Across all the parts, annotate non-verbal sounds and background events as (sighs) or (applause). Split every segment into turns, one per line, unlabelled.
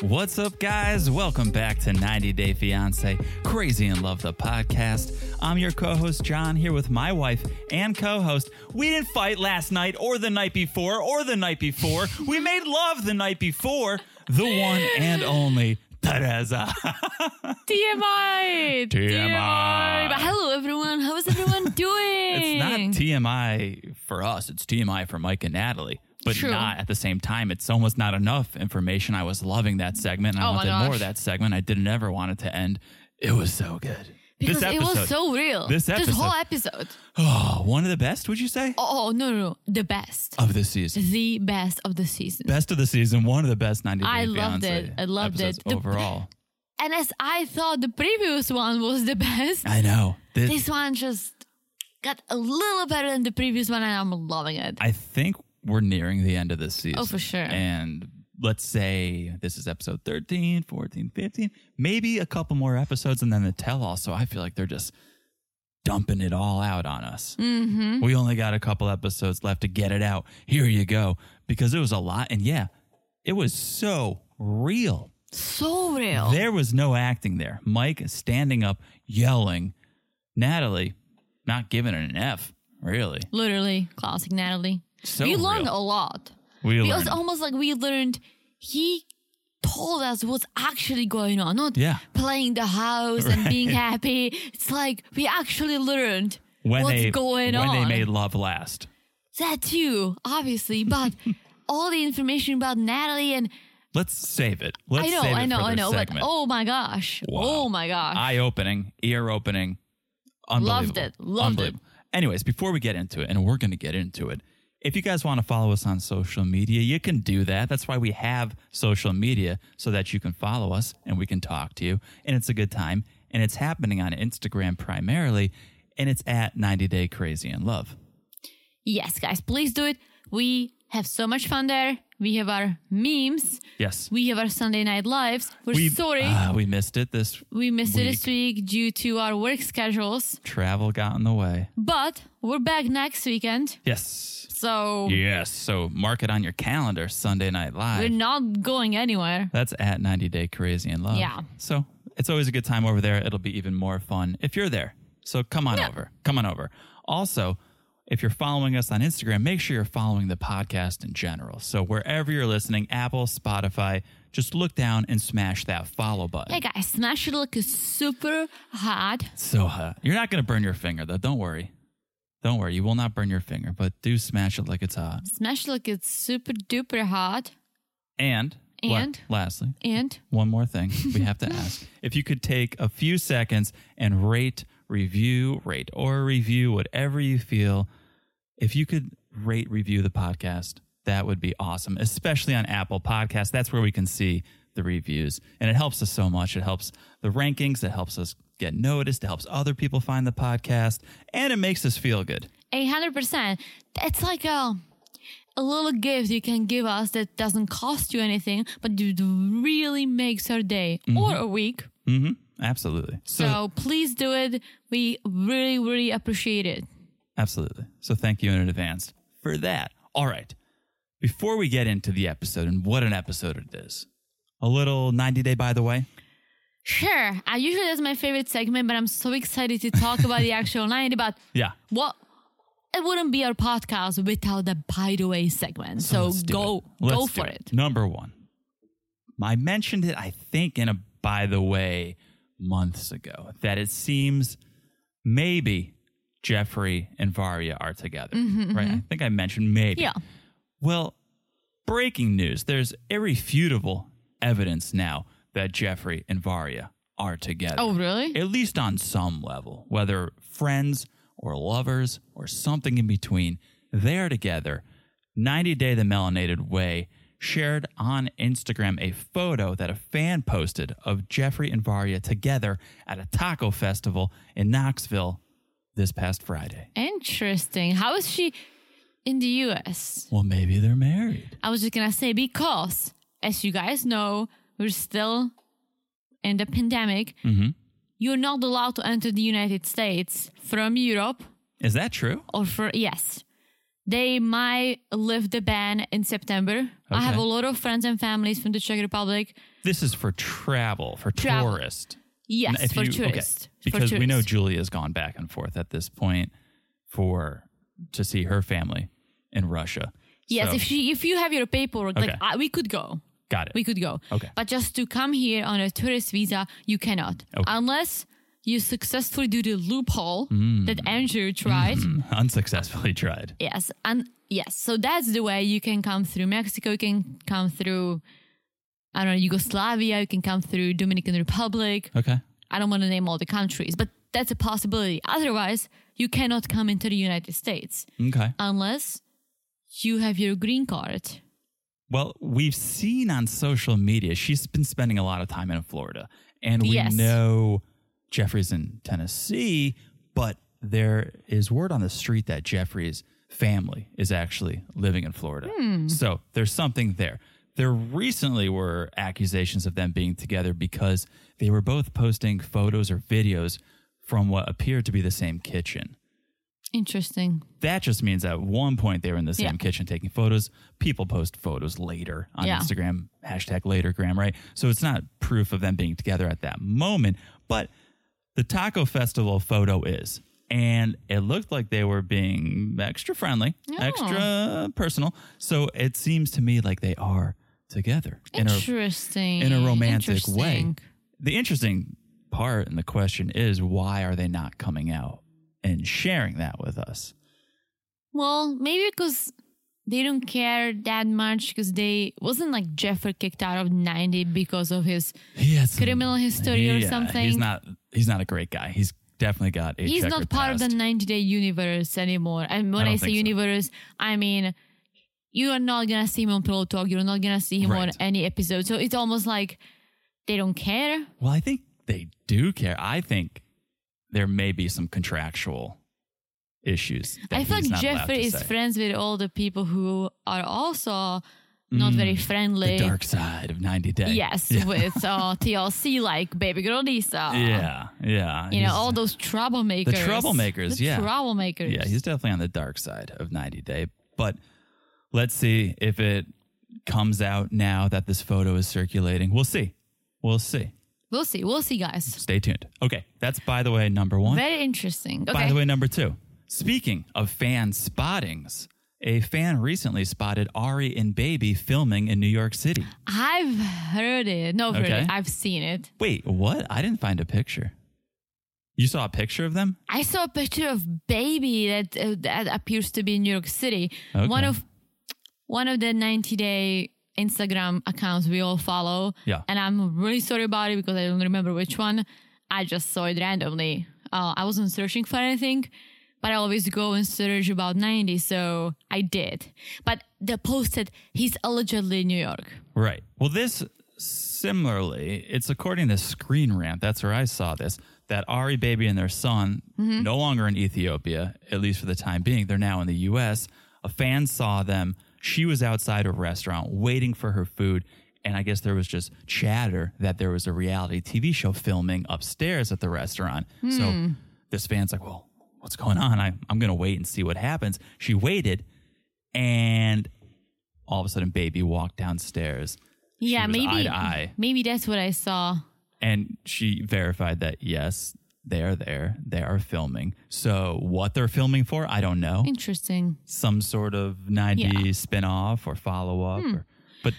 What's up, guys? Welcome back to 90 Day Fiance Crazy in Love, the podcast. I'm your co host, John, here with my wife and co host. We didn't fight last night or the night before or the night before. we made love the night before. The one and only Teresa.
TMI!
TMI.
But hello, everyone. How is everyone doing?
(laughs) It's not TMI for us, it's TMI for Mike and Natalie. But
True.
not at the same time. It's almost not enough information. I was loving that segment. and I
Oh my
wanted more of
gosh.
that segment. I didn't ever want it to end. It was so good.
because
this episode,
it was so real.
This episode.
whole episode.
oh, (sighs) one of the best, would you say?
Oh, no, no, no. The best.
Of this season.
The best of the season.
Best of the season, one of the best 90 Day
I loved
Fiancé
it. I loved
episodes
it. The- (laughs)
overall.
And as I thought the previous one was
(laughs)
the best,
I know. This,
this one just got a little better than the previous one, and I'm loving it.
I think we're nearing the end of this season.
Oh, for sure.
And let's say this is episode 13, 14, 15, maybe a couple more episodes and then the tell all. So I feel like they're just dumping it all out on us. Mm-hmm. We only got a couple episodes left to get it out. Here you go. Because it was a lot. And yeah, it was so real.
so real.
There was no acting there. Mike standing up, yelling. Natalie not giving it an F, really.
Literally, classic Natalie.
So
we learned
real.
a lot.
We
it was
learned.
almost like we learned he told us what's actually going on, not
Yeah.
playing the house and being happy. It's like we actually learned
when
what's
they
going
when
on.
they made love last.
that too,
(laughs)
obviously, but all the information about Natalie and
Let's save it. Let's
I know,
save it
I know,
for
I
this
know,
segment.
but oh my gosh,
Wow.
oh my gosh,
Eye opening, ear opening.
Loved
Unbelievable.
it, loved it.
Unbelievable. Anyways, before we get into it, and we're going to get into it, if you guys want to follow us on social media, you can do that. That's why we have social media so that you can follow us and we can talk to you. And it's a good time. And it's happening on Instagram primarily. And it's at 90 Day Crazy in Love.
yes, guys, please do it. We have so much fun there. We have our memes.
Yes.
We have our Sunday night lives. We're
We-
sorry
ah, we missed it. This
we missed it this week due to our work schedules.
travel got in the way.
But we're back next weekend.
Yes.
So
Yes. So mark it on your calendar, Sunday Night
we're
Live.
not going anywhere.
That's at 90 Day Crazy in Love.
Yeah.
So it's always a good time over there. It'll be even more fun if you're there. So come on over. Come on over. Also, if you're following us on Instagram, make sure you're following the podcast in general. So wherever you're listening, Apple, Spotify, just look down and smash that follow button.
Hey guys, Smash It Look is super hot.
So hot. You're not going to burn your finger, though. Don't worry. Don't worry. You will not burn your finger, but do smash it like it's hot.
Smash It Look is super duper hot.
And, la-
And?
lastly,
And
one more thing we have to ask. If you could take a few seconds and rate, review, rate or review, whatever you feel, if you could rate, review the podcast, that would be awesome, especially on Apple Podcasts. That's where we can see the reviews. And it helps us so much. It helps the rankings, it helps us get noticed, it helps other people find the podcast, and it makes us feel good.
800%. It's like a, a little gift you can give us that doesn't cost you anything, but it really makes our day or a week.
hmm Absolutely.
So, please do it. We really, really appreciate it.
Absolutely. So thank you in advance for that. All right. Before we get into the episode and what an episode it is, a little 90 day by the way.
Sure, I usually that's my favorite segment, but I'm so excited to talk about the actual 90, but
Yeah.
Well, it wouldn't be our podcast without the by the way segment. So,
let's do
go
it.
go
Let's do
for it.
Number one. I mentioned it, I think, in a by the way months ago that it seems maybe Jeffrey and Varia are together. right. I think I mentioned maybe.
Mm-hmm, Yeah.
Well, breaking news. There's irrefutable evidence now that Jeffrey and Varia are together.
Oh, really?
At least on some level, whether friends or lovers or something in between, they are together. 90 Day the Melanated Way shared on Instagram a photo that a fan posted of Jeffrey and Varia together at a taco festival in Knoxville this past Friday.
Interesting. How is she in the US?
Well, maybe they're married.
I was just going to say
Mm-hmm.
because as you guys know, we're still in the pandemic. you're not allowed to enter the United States from Europe
Is that true?
or for yes they might lift the ban in september i have
Okay.
a lot of friends and families from the czech republic
This is for travel, for
Travel.
tourists.
yes
If
for
you- okay.
tourists For
Because we know
tourists.
Julia's gone back and forth at this point for to see her family in Russia.
yes
So-
if she if you have your paperwork like
Okay.
I, we could go
got it.
we could go
Okay.
but just to come here on a tourist visa you cannot
Okay.
unless you successfully do the loophole that andrew tried
Mm, unsuccessfully tried.
Yes, and yes, so that's the way you can come through Mexico. You can come through, I don't know, Yugoslavia. You can come through Dominican Republic.
Okay.
I don't want to name all the countries, but that's a possibility. Otherwise, you cannot come into the United States
Okay.
unless you have your green card.
Well, we've seen on social media, she's been spending a lot of time in Florida. And we
Yes.
know Jeffrey's in Tennessee, but there is word on the street that Jeffrey's family is actually living in Florida. So there's something there. There recently were accusations of them being together because they were both posting photos or videos from what appeared to be the same kitchen
Interesting.
that just means at one point they were in the same
Yeah.
kitchen taking photos. People post photos later on
Yeah.
Instagram, hashtag latergram, right? So it's not proof of them being together at that moment, but the Taco Festival photo is. And it looked like they were being extra friendly,
Oh.
extra personal. So it seems to me like they are together in a
Interesting.
in a romantic way.
Interesting.
The interesting part in the question is why are they not coming out and sharing that with us?
Well, maybe because they don't care that much because they wasn't like Jeffrey kicked out of 90 because of his
he has some-
criminal history or
yeah,
something.
He's not. He's not a great guy. He's definitely got. A
He's
checkered
not part of the
past.
90 day universe anymore. And
I
when I,
don't
say
think so.
universe, I mean you are not gonna see him on Pillow Talk. You're not gonna see him on
Right.
any episode. So it's almost like they don't care.
Well, I think they do care. I think there may be some contractual issues. That
I feel
he's
like
not allowed to
Jeffrey is
say.
friends with all the people who are also not very friendly.
Mm, The dark side of ninety day.
Yes,
Yeah. (laughs)
with uh, TLC like Baby Girl Lisa.
yeah. Yeah.
You
He's-
know, all those troublemakers.
troublemakers,
The
yeah.
Troublemakers.
Yeah, he's definitely on the dark side of 90 Day. But let's see if it comes out now that this photo is circulating. We'll see. We'll see.
we'll see. We'll see, guys.
Stay tuned. Okay, that's by the way number one.
Very interesting. Okay.
By the way, number two. Speaking of fan spottings, a fan recently spotted Ari and Baby filming in New York City.
I've heard it. No, I've heard
Okay.
it. I've seen it.
Wait, what? I didn't find a picture. You saw a picture of them?
I saw a picture of baby that uh, that appears to be in New York City.
Okay.
One of one of the 90 day Instagram accounts we all follow.
Yeah.
And I'm really sorry about it because I don't remember which one. I just saw it randomly. Uh, I wasn't searching for anything, but I always go and search about 90, so I did. But the post said he's allegedly in New York.
Right. Well, this similarly, it's according to Screen Rant. That's where I saw this. That Ari Baby and their son, no longer in Ethiopia, at least for the time being, they're now in the U.S. A fan saw them. She was outside a restaurant waiting for her food. And I guess there was just chatter that there was a reality TV show filming upstairs at the restaurant. So this fan's like, well, what's going on? I, I'm going to wait and see what happens. She waited. And all of a sudden baby walked downstairs
yeah,
was
maybe
eye to eye.
maybe that's what I saw.
and she verified that yes they are there they are filming so what they're filming for i don't know
Interesting.
some sort of 90
Yeah. Hmm.
spin-off or follow-up or, but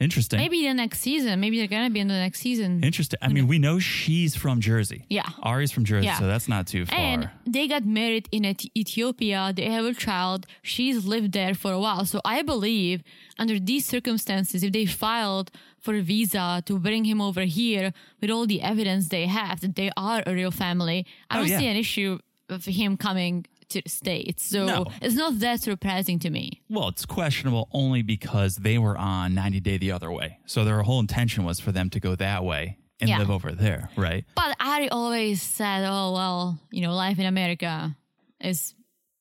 interesting
Maybe the next season. Maybe they're gonna be in the next season.
interesting i mean we know she's from jersey
Yeah.
ari's from jersey
Yeah.
so that's not too far
and they got married in Et- Ethiopia. They have a child. She's lived there for a while. So I believe, under these circumstances, if they filed for a visa to bring him over here with all the evidence they have that they are a real family, I
Oh,
don't
yeah.
see an issue of him coming to the States. So
No.
it's not that surprising to me.
Well, it's questionable only because they were on 90 Day the other way. So their whole intention was for them to go that way and
Yeah.
live over there, right?
But Ari always said, oh, well, you know, life in America is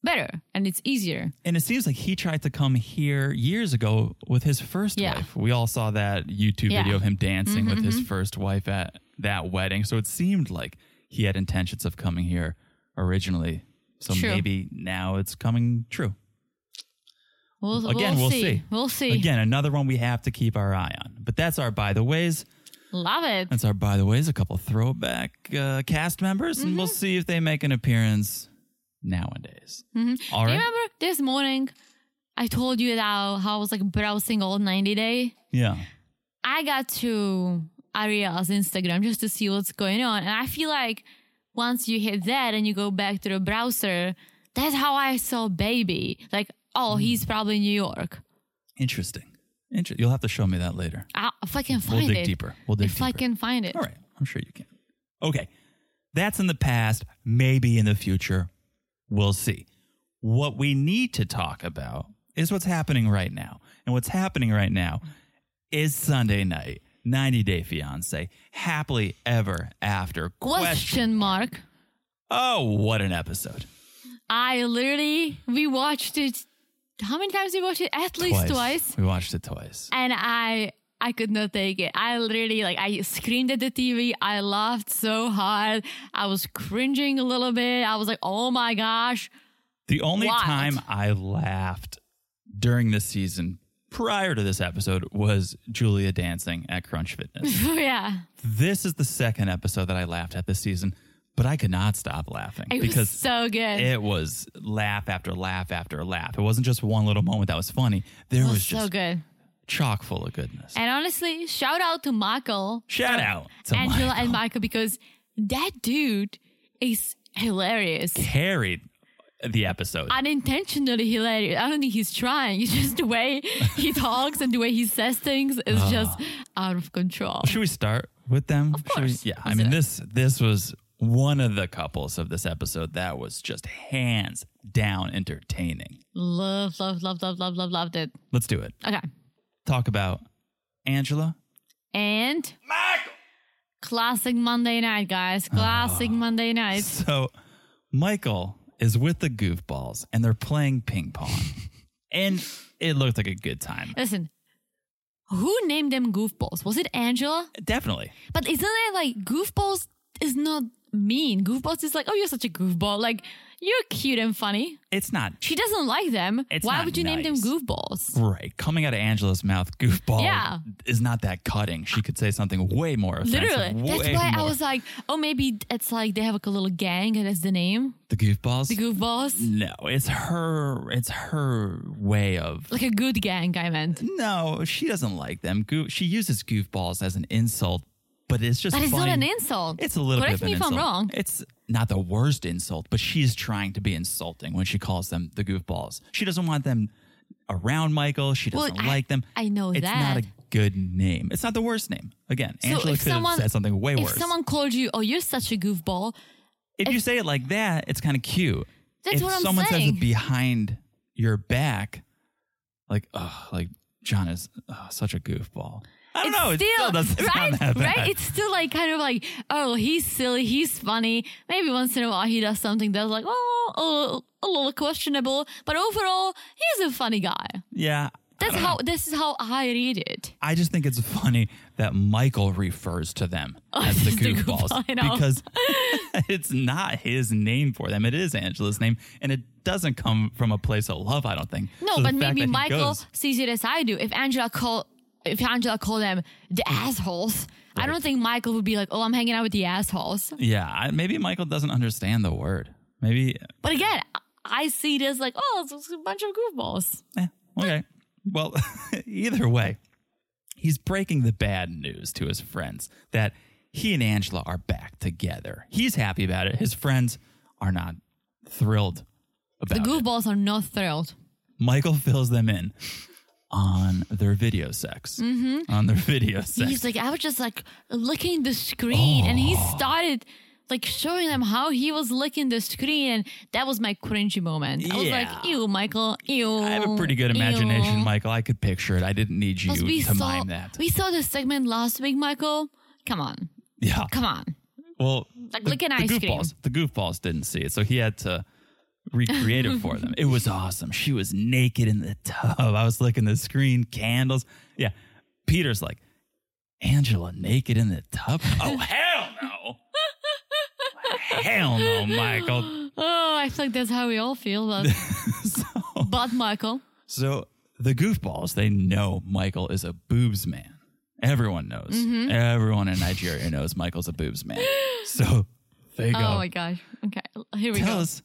better and it's easier.
And it seems like he tried to come here years ago with his first
Yeah.
wife. We all saw that YouTube
Yeah. Mm-hmm.
video of him dancing with his first wife at that wedding. So it seemed like he had intentions of coming here originally. So
True.
maybe now it's coming true.
We'll,
Again, we'll see.
We'll see.
Again, another one we have to keep our eye on. But that's our by the ways.
Love it.
That's our by the ways. A couple throwback uh, cast members, and
Mm-hmm.
we'll see if they make an appearance nowadays. All
Do you
right.
remember this morning I told you how, how I was like browsing all 90 day?
Yeah.
I got to Ariel's Instagram just to see what's going on. And I feel like once you hit that and you go back to the browser, that's how I saw Baby. Like, oh,
Hmm.
he's probably in New York.
Interesting. Inter- You'll have to show me that later.
I, if I can
We'll
find
dig
it.
deeper. We'll dig
If
deeper.
I can find it.
All right. I'm sure you can. Okay. That's in the past. Maybe in the future. We'll see. What we need to talk about is what's happening right now. And what's happening right now is Sunday night, 90 Day Fiance, happily ever after.
Question mark.
Oh, what an episode.
I literally, we watched it. How many times did we watch it? At least twice.
We watched it twice.
and I I could not take it. I literally like I screamed at the TV. I laughed so hard. I was cringing a little bit. I was like, "Oh my gosh." (laughs)
The only
Wild.
time I laughed during this season prior to this episode was Julia dancing at Crunch Fitness.
(laughs) yeah.
this is the second episode that I laughed at this season, but I could not stop laughing
It was
because
so good.
it was laugh after laugh after laugh. It wasn't just one little moment that was funny. There
It
was,
was
just
so good.
chock full of goodness.
And honestly, shout out to Michael,
Shout out to
Angela and
Michael.
Michael because that dude is
(laughs)
hilarious.
carried the episode.
Unintentionally hilarious. I don't think he's trying. (laughs) It's just the way
(laughs)
he talks and the way he says things is
Ah.
just out of control.
Should we start with them? Of
course.
yeah, I
Let's
mean
do it.
this this was one of the couples of this episode that was just hands down entertaining.
Love, love, love, love, love, love, loved it.
Let's do it.
Okay.
Talk about Angela.
And classic Monday night, guys.
Ah.
Classic Monday night.
So Michael is with the goofballs and they're playing ping
(laughs)
pong. and it looked like a good time.
Listen, who named them goofballs? Was it Angela?
Definitely.
But isn't it like goofballs is not mean? Goofballs is like, oh, you're such a goofball. Like, you're cute and funny.
It's not
She doesn't like them.
It's
Why
not
would you name them
nice.
goofballs?
right. Coming out of Angela's mouth, goofball
Yeah.
is not that cutting. She could say something way more offensive.
Literally. That's
way
why I
more-
was like, oh, maybe it's like they have like a little gang and that's the name.
the goofballs.
The goofballs.
No, it's her. It's her way of.
Like a good gang, I meant.
No, she doesn't like them. Goof, she uses goofballs as an insult, but it's just.
That is not
funny.
an insult.
It's a little bit of
Correct
an
me if
insult.
I'm wrong.
It's not the worst insult, but she's trying to be insulting when she calls them the goofballs. She doesn't want them around Michael. She
Well,
doesn't
I-
like them.
I know
it's not
that.
a good name. It's not the worst name. Again,
So
Angela
if
could
someone-
have said something way
if
worse.
someone called you, oh, you're such a goofball,
if you say it like that, it's kind of cute.
That's
if
what I'm
someone
saying.
says it behind your back, like, oh, like John is oh, such a goofball. I don't
it's
know.
still,
it still doesn't
right,
sound that bad.
right. It's still like kind of like, oh, he's silly, he's funny. Maybe once in a while he does something that's like, oh, a little, a little questionable, but overall he's a funny guy.
yeah.
That's
Uh.
how. This is how I read it.
I just think it's funny that Michael refers to them as the
Oh, it's the
goofballs
goofball, I know. (laughs)
because (laughs) it's not his name for them. It is Angela's name, and it doesn't come from a place of love. I don't think. So
No,
the
but
fact
maybe
that he
Michael
goes-
sees it as I do. If Angela call, if Angela called them the assholes, I don't think Michael would be like, oh, I'm hanging out with the assholes.
yeah, I, maybe Michael doesn't understand the word. Maybe
But again, I see it as like, oh, it's just a bunch of goofballs.
eh, okay. Well, (laughs) either way, he's breaking the bad news to his friends that he and Angela are back together. He's happy about it. His friends are not thrilled about
The
it.
goofballs are not thrilled.
Michael fills them in on their video sex. Mm-hmm. On their video sex.
He's like, I was just like licking the screen, and he
Oh.
started like showing them how he was licking the screen, and that was my cringy moment. I was
Yeah.
like, ew, Michael, ew.
I have a pretty good imagination,
"Oh, ew."
Michael. I could picture it. I didn't need you
Plus, we
to
saw
mime that.
we saw the segment last week, Michael. Come on,
yeah.
come on.
Well,
Like licking
the
ice cream.
goofballs, The goofballs didn't see it, so he had to recreate it for them. It was awesome. She was naked in the tub. I was licking the screen, candles. Yeah. Peter's (laughs) like, Angela naked in the tub? Oh, hell no. Hell no,
(laughs)
Michael.
Oh, I feel like that's how we all feel.
(laughs)
But, but Michael,
So the goofballs, they know Michael is a boobs man. Everyone knows.
Mm-hmm.
Everyone in Nigeria knows Michael's a boobs man. So they go.
oh my gosh. Okay, here we
tell
go.
us,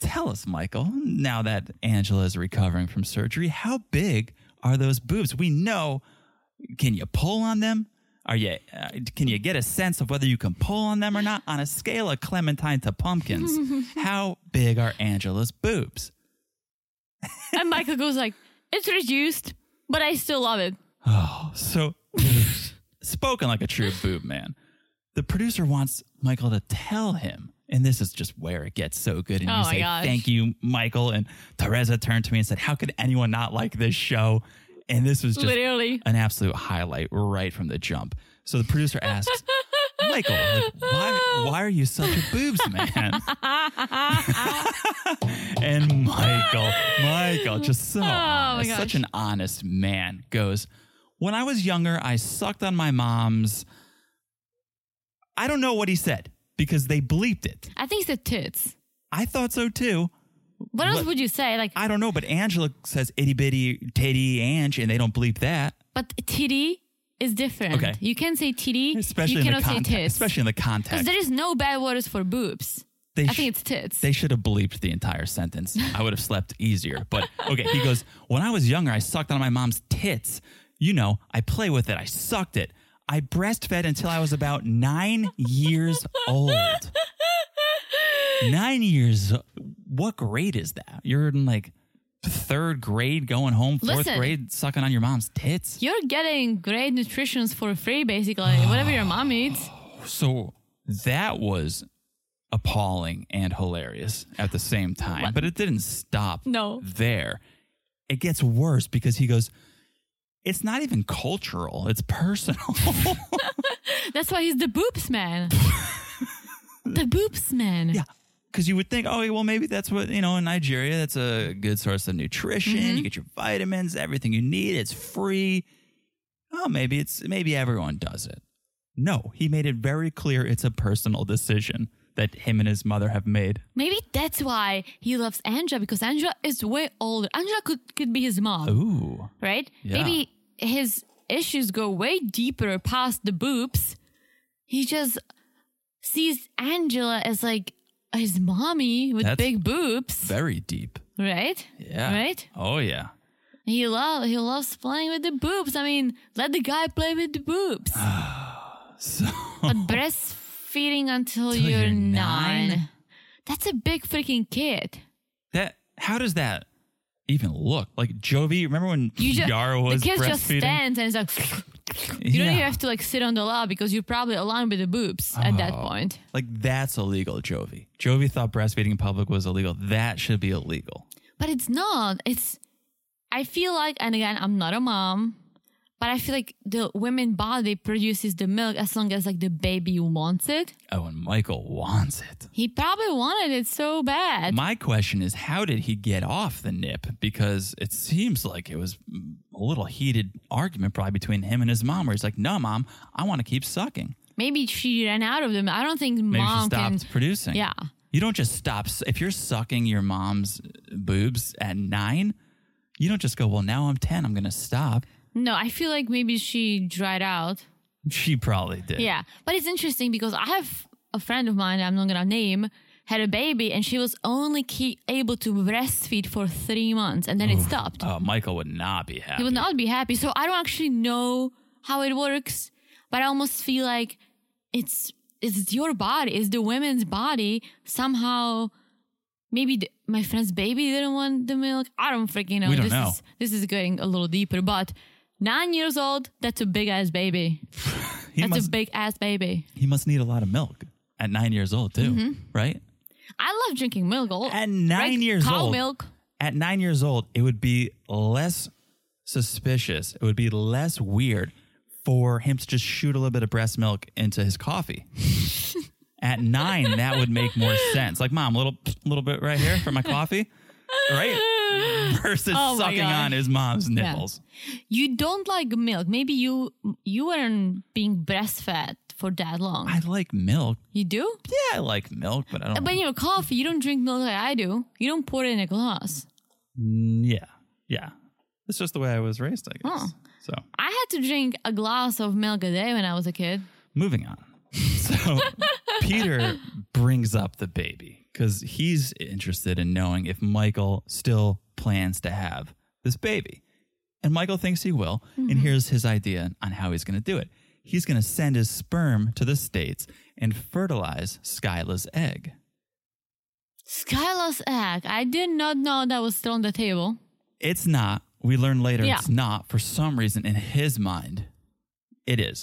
tell us, Michael. Now that Angela is recovering from surgery, how big are those boobs? We know. Can you pull on them? Are you? Uh, can you get a sense of whether you can pull on them or not on a scale of clementine to
(laughs)
pumpkins? how big are Angela's boobs?
And Michael goes like, "It's reduced, but I still love it."
So, (laughs) spoken like a true boob man, the producer wants Michael to tell him. And this is just where it gets so good. And
Oh
you
my
say,
gosh.
Thank you, Michael. And Teresa turned to me and said, How could anyone not like this show? And this was just (laughs)
Literally.
an absolute highlight right from the jump. So the producer
(laughs)
asks, Michael, like, why, why are you such a boobs man? and Michael, Michael, just
(laughs)
so honest,
Oh gosh.
such an honest man, goes, When I was younger, I sucked on my mom's. I don't know what he said because they bleeped it.
I think it's the tits.
I thought so too.
What else
What-
would you say? Like,
I don't know, but Angela says itty bitty titty Ange, and they don't bleep that.
but titty is different.
Okay.
You can say titty.
Especially
you
in
cannot
the context.
say tits.
Especially in the
because
context.
there is no bad words for boobs.
They
I
sh-
think it's tits.
They should have bleeped the entire sentence. I would have slept easier. But okay, he goes, When I was younger, I sucked on my mom's tits. You know, I play with it. I sucked it. I breastfed until I was about nine years old. Nine years. What grade is that? You're in like third grade, going home, fourth
Listen.
grade, sucking on your mom's tits.
You're getting great nutrition for free, basically.
(sighs)
Whatever your mom eats.
So that was appalling and hilarious at the same time. But it didn't stop
No.
there. It gets worse because he goes, It's not even cultural, it's personal. (laughs)
That's why he's the boobs man. the boobs man.
yeah. Because you would think, oh, well, maybe that's what, you know, in Nigeria, that's a good source of nutrition. You get your vitamins, everything you need, it's free. Oh, maybe it's, maybe everyone does it. No, he made it very clear it's a personal decision that him and his mother have made.
Maybe that's why he loves Angela because Angela is way older. Angela could, could be his mom,
Ooh.
right?
Yeah.
Maybe his issues go way deeper past the boobs. He just sees Angela as like his mommy with
That's-
big boobs,
Very deep.
right?
Yeah.
Right?
Oh, yeah.
He love he loves playing with the boobs. I mean, let the guy play with the
(laughs)
boobs.
Oh. So, (laughs)
But breastfeeding until
Till
you're,
you're
9
nine?
That's a big freaking kid.
that, how does that even look? Like Jovi, remember when
You just
Yara was
the kid
breastfeeding?
just stands and it's like (laughs) you don't even have to like sit on the lap because you're probably aligned with the boobs at that
Oh.
point.
Like that's illegal, Jovi. Jovi thought breastfeeding in public was illegal. That should be illegal.
But it's not. It's I feel like and again I'm not a mom, but I feel like the women body produces the milk as long as like the baby wants it.
Oh, and Michael wants it.
He probably wanted it so bad.
My question is, how did he get off the nip? Because it seems like it was a little heated argument probably between him and his mom, where he's like, "No, mom, I want to keep sucking."
Maybe she ran out of them. I don't think
Maybe she
mom can
stopped producing.
Yeah.
You don't just stop. If you're sucking your mom's boobs at nine, you don't just go, well, now I'm 10, I'm going to stop.
No, I feel like maybe she dried out.
She probably did.
Yeah. But it's interesting because I have a friend of mine, I'm not going to name, had a baby and she was only ke- able to breastfeed for three months and then it stopped.
Oh, Michael would not be happy.
He would not be happy. So I don't actually know how it works, but I almost feel like it's it's your body, it's the women's body. Somehow, maybe the, my friend's baby didn't want the milk. I don't freaking know.
We don't
this
know.
is this is getting a little deeper, but nine years old, that's a big ass baby.
he,
That's
must,
a big ass baby.
he must need a lot of milk at nine years old, too, right?
I love drinking milk. all-
At nine
Mm-hmm. right?
years
Cow
old.
milk.
At nine years old, it would be less suspicious. It would be less weird for him to just shoot a little bit of breast milk into his
(laughs)
coffee. At nine, that would make more sense. Like, mom, little little bit right here for my coffee,
(laughs)
right? Versus
Oh my
sucking
gosh.
on his mom's nipples.
You don't like milk. Maybe you you weren't being breastfed for that long.
I like milk.
you do?
Yeah, I like milk, but I don't.
Uh, But in your coffee, you don't drink milk like I do. You don't pour it in a glass.
Mm, yeah, yeah. It's just the way I was raised, I guess.
Oh.
So
I had to drink a glass of milk a day when I was a kid.
moving on. (laughs) So Peter brings up the baby because he's interested in knowing if Michael still plans to have this baby. And Michael thinks he will. And here's his idea on how he's going to do it he's going to send his sperm to the States and fertilize Skyla's egg.
Skylar's egg. I did not know that was still on the table.
It's not. We learn later
Yeah.
it's not. For some reason, in his mind, it is.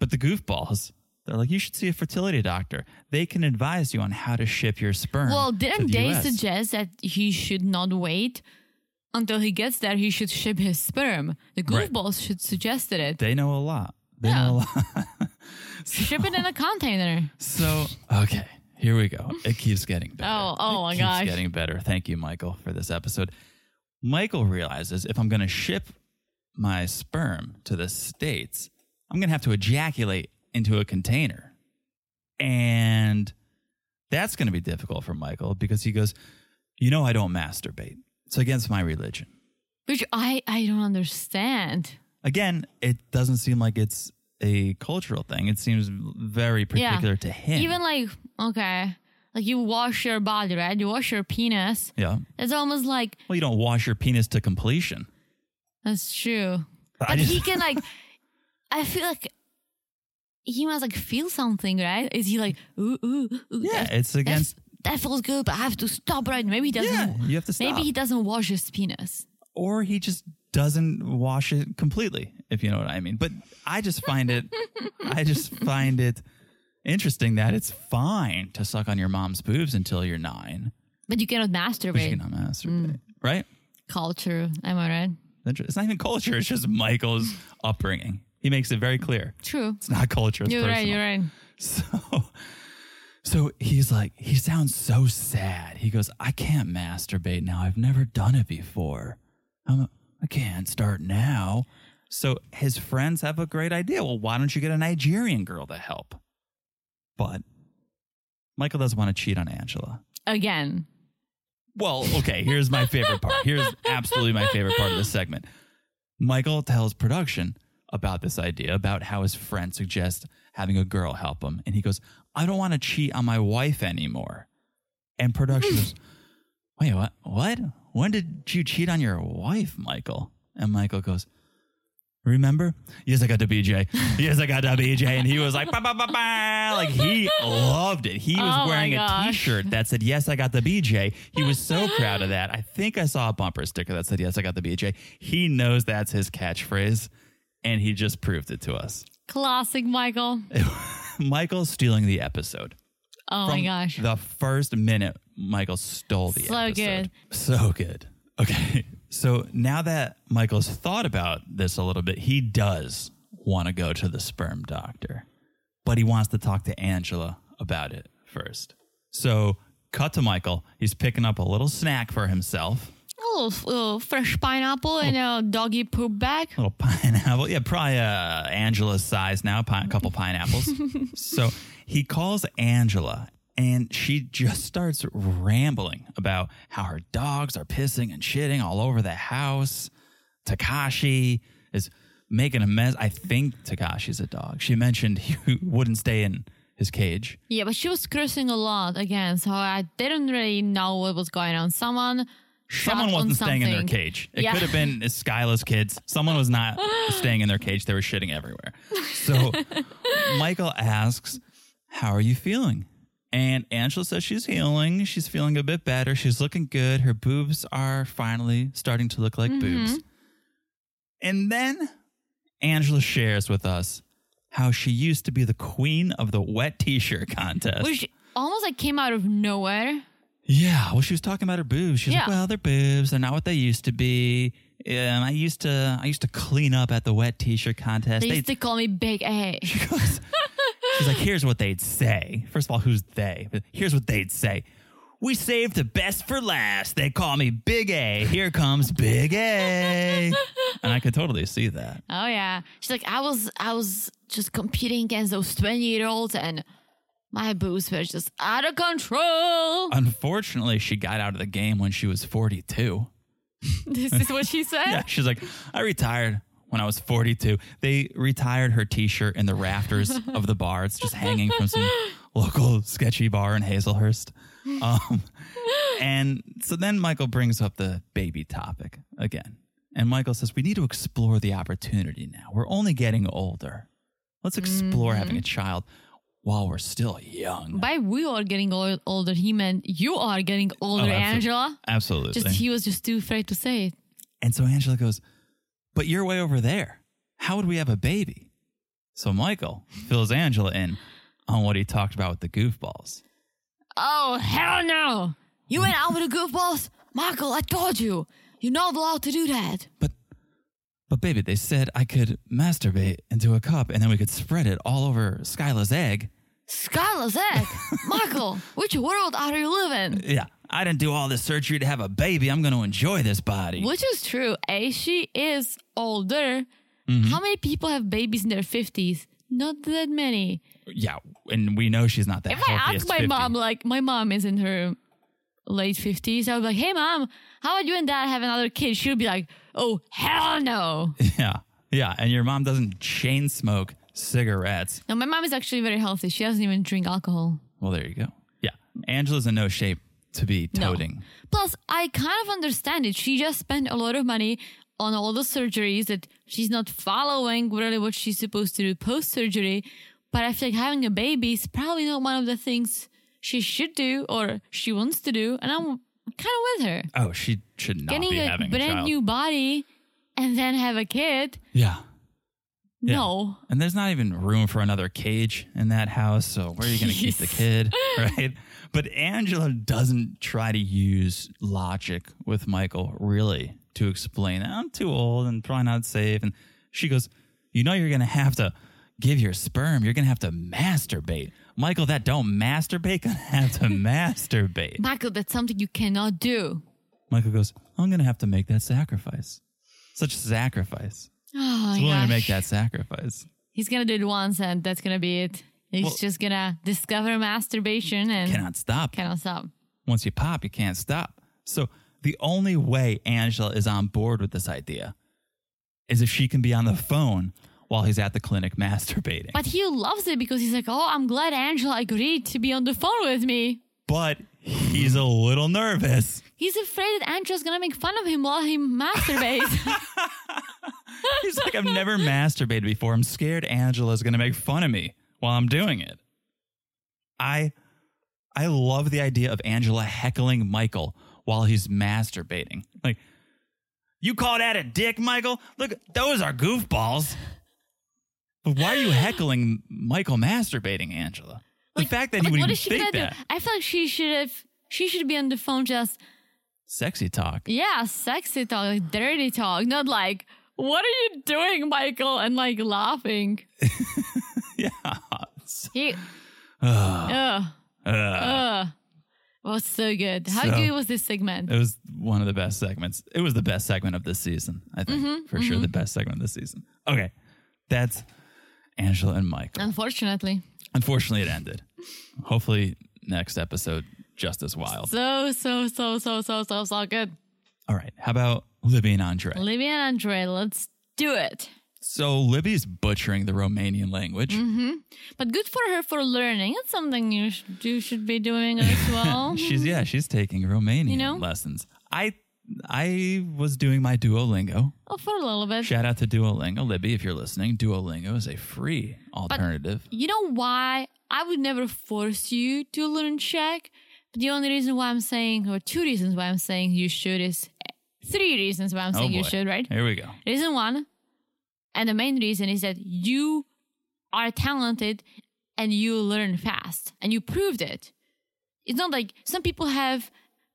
But the goofballs, they're like, you should see a fertility doctor. They can advise you on how to ship your sperm.
Well,
to
didn't
Uh-huh. the
they
US.
suggest that he should not wait until he gets there? He should ship his sperm. The
Right.
goofballs should suggested it.
They know a lot. They know a lot.
Ship it in
(laughs)
a container.
So, okay, here we go. It keeps getting better.
Oh, oh
It
my
keeps
gosh.
getting better. Thank you, Michael, for this episode. Michael realizes if I'm going to ship my sperm to the States, I'm going to have to ejaculate into a container. And that's going to be difficult for Michael because he goes, You know, I don't masturbate. It's against my religion.
Which I, I don't understand.
Again, it doesn't seem like it's a cultural thing. It seems very particular to him.
Even like, okay, like you wash your body, right? You wash your penis.
yeah.
It's almost like
Well, you don't wash your penis to completion.
That's true.
I
But
just-
he can like I feel like he must like feel something, right? Is he like ooh ooh ooh
Yeah,
that-
it's against.
that feels good, but I have to stop right. Maybe he doesn't
Yeah, you have to stop.
Maybe he doesn't wash his penis.
or he just doesn't wash it completely, if you know what I mean. But I just find
(laughs)
it, I just find it interesting that it's fine to suck on your mom's boobs until you're nine,
But you cannot masturbate.
but you cannot
Mm.
masturbate, right?
Culture, am I right?
Inter- It's not even culture; it's just Michael's upbringing. He makes it very clear.
True.
It's not culture. It's
You're
personal.
right, you're right.
So, so he's like, he sounds so sad. He goes, I can't masturbate now. I've never done it before. I'm, I can't start now. So his friends have a great idea. Well, why don't you get a Nigerian girl to help? But Michael doesn't want to cheat on Angela.
Again.
Well, okay, here's my favorite part. Here's absolutely my favorite part of this segment. Michael tells production about this idea, about how his friend suggests having a girl help him. And he goes, I don't want to cheat on my wife anymore. And production goes, Wait, what? What? When did you cheat on your wife, Michael? And Michael goes, Remember? Yes, I got the BJ. Yes, I got the BJ. And he was like, bah, bah, bah, bah. like he loved it. He was
Oh my
wearing a
gosh.
t shirt that said, Yes, I got the BJ. He was so proud of that. I think I saw a bumper sticker that said, Yes, I got the BJ. He knows that's his catchphrase, and he just proved it to us.
Classic Michael.
Michael stealing the episode.
Oh
From
my gosh.
The first minute Michael stole the
So
episode.
good.
So good. Okay. (laughs) So now that Michael's thought about this a little bit, he does want to go to the sperm doctor, but he wants to talk to Angela about it first. So cut to Michael. He's picking up a little snack for himself,
a little, f- little fresh pineapple in a doggy poop bag.
a little pineapple. Yeah, probably uh, Angela's size now, pi- a couple pineapples. so he calls Angela and she just starts rambling about how her dogs are pissing and shitting all over the house. Takashi is making a mess. I think Takashi's a dog. She mentioned (laughs) he wouldn't stay in his cage.
Yeah, but she was cursing a lot again, so I didn't really know what was going on. Someone shot
Someone
on
wasn't
something.
staying in their cage. It
Yeah.
could have
(laughs)
been Skyla's kids. Someone was not staying in their cage. They were shitting everywhere.
(laughs)
So Michael asks, How are you feeling? And Angela says she's healing. She's feeling a bit better. She's looking good. Her boobs are finally starting to look like boobs.
Mm-hmm.
And then Angela shares with us how she used to be the queen of the wet t shirt contest.
Which almost like came out of nowhere.
Yeah. Well, she was talking about her boobs. She's like,
Yeah.
well, they're boobs. They're not what they used to be. Um, I used to, I used to clean up at the wet t-shirt contest.
They used to call me Big A.
(laughs) she's like, here's what they'd say. First of all, who's they? But here's what they'd say. We saved the best for last. They call me Big A. Here comes Big A. And I could totally see that.
Oh yeah. She's like, I was I was just competing against those 20 year olds and my boobs were just out of
Uh,
control.
Unfortunately, she got out of the game when she was 42.
(laughs) this is what
(laughs)
she said. (laughs)
Yeah, she's like, I retired when I was 42. They retired her t shirt in the rafters of the bar. It's just hanging from some local sketchy bar in Hazelhurst. Um, and so then Michael brings up the baby topic again. And Michael says, We need to explore the opportunity now. We're only getting older. Let's explore having a child while we're still young.
By we are getting ol- older, he meant you are getting older,
Oh, absol-
Angela.
Absolutely.
Just he was just too afraid to say it.
And so Angela goes, But you're way over there. How would we have a baby? So Michael fills Angela in on what he talked about with the goofballs.
Oh hell no! You went out with the goofballs, Michael. I told you, you're not allowed to do that.
But but baby, they said I could masturbate into a cup and then we could spread it all over Skyla's egg. (laughs)
Skylar, Zach, Michael, which world are you living?
Yeah. I didn't do all this surgery to have a baby. I'm gonna enjoy this body.
Which is true. A she is older. How many people have babies in their fifties? Not that many.
Yeah, and we know she's not that
If I ask
healthiest
my
50. (laughs)
mom, like my mom is in her late fifties, I would be like, "Hey, mom, how would you and dad have another kid?" She would be like, "Oh, hell no!"
Yeah. Yeah. And your mom doesn't chain smoke cigarettes.
no, my mom is actually very healthy. She doesn't even drink alcohol.
Well, there you go. Yeah. Angela's in no shape to be toting.
Plus, I kind of understand it. She just spent a lot of money on all the surgeries that she's not following really what she's supposed to do post surgery. But I feel like having a baby is probably not one of the things she should do or she wants to do. And I'm kind of with her.
Oh, she should not
Getting
be
a
having a
brand
child.
new body and then have a kid.
yeah. Yeah.
No.
And there's not even room for another cage in that house. So where are you going to keep the
(laughs)
kid? Right. But Angela doesn't try to use logic with Michael really to explain I'm too old and probably not safe. And she goes, You know, you're going to have to give your sperm. You're going to have to masturbate. Michael, that don't masturbate, (laughs) gonna have to masturbate.
Michael, that's something you cannot do.
Michael goes, I'm going to have to make that sacrifice. Such sacrifice.
Oh,
He's willing
gosh.
to make that sacrifice.
He's going to do it once and that's going to be it. He's
Well-
just going to discover masturbation and
Cannot stop.
cannot stop.
Once you pop, you can't stop. So the only way Angela is on board with this idea is if she can be on the phone while he's at the clinic masturbating.
But he loves it because he's like, oh, I'm glad Angela agreed to be on the phone with me.
But he's a little nervous.
He's afraid that Angela's gonna make fun of him while
(laughs)
he masturbates. (laughs)
He's like, I've never masturbated before. I'm scared Angela's going to make fun of me while I'm doing it. I I love the idea of Angela heckling Michael while he's masturbating. Like, you call that a dick, Michael? Look, those are goofballs. But why are you heckling Michael masturbating, Angela? The fact that he
like,
would
what
even
is she
think
gonna
that.
do? I feel like she should have. She should be on the phone just,
Sexy talk.
yeah, sexy talk, like dirty talk, not like, what are you doing, Michael? And
(laughs)
like laughing.
Yeah.
He,
Ugh.
ugh,
(sighs) Ugh.
ugh. Was so good. How
So-
good was this segment?
It was one of the best segments. It was the best segment of this season, I think. For sure, the best segment of this season. Okay. That's Angela and Michael.
Oh. Unfortunately.
Unfortunately, it ended. Hopefully, next episode, just as wild.
So, so, so, so, so, so, so good.
All right. How about Libby and Andre?
Olivia and Andre, let's do it.
so, Libby's butchering the Romanian language.
But good for her for learning. It's something you, sh- you should be doing as well.
She's, yeah, she's taking Romanian
know?
lessons. I. I was doing my Duolingo.
(laughs) oh, for a little bit.
Shout out to Duolingo. Libby, if you're listening, Duolingo is a free alternative.
You know why? I would never force you to learn Czech. But the only reason why I'm saying, or two reasons why I'm saying you should is eh, three reasons why I'm saying you
boy.
should, right?
Here we go.
Reason one, and the main reason is that you are talented and you learn fast and you proved it. It's not like some people have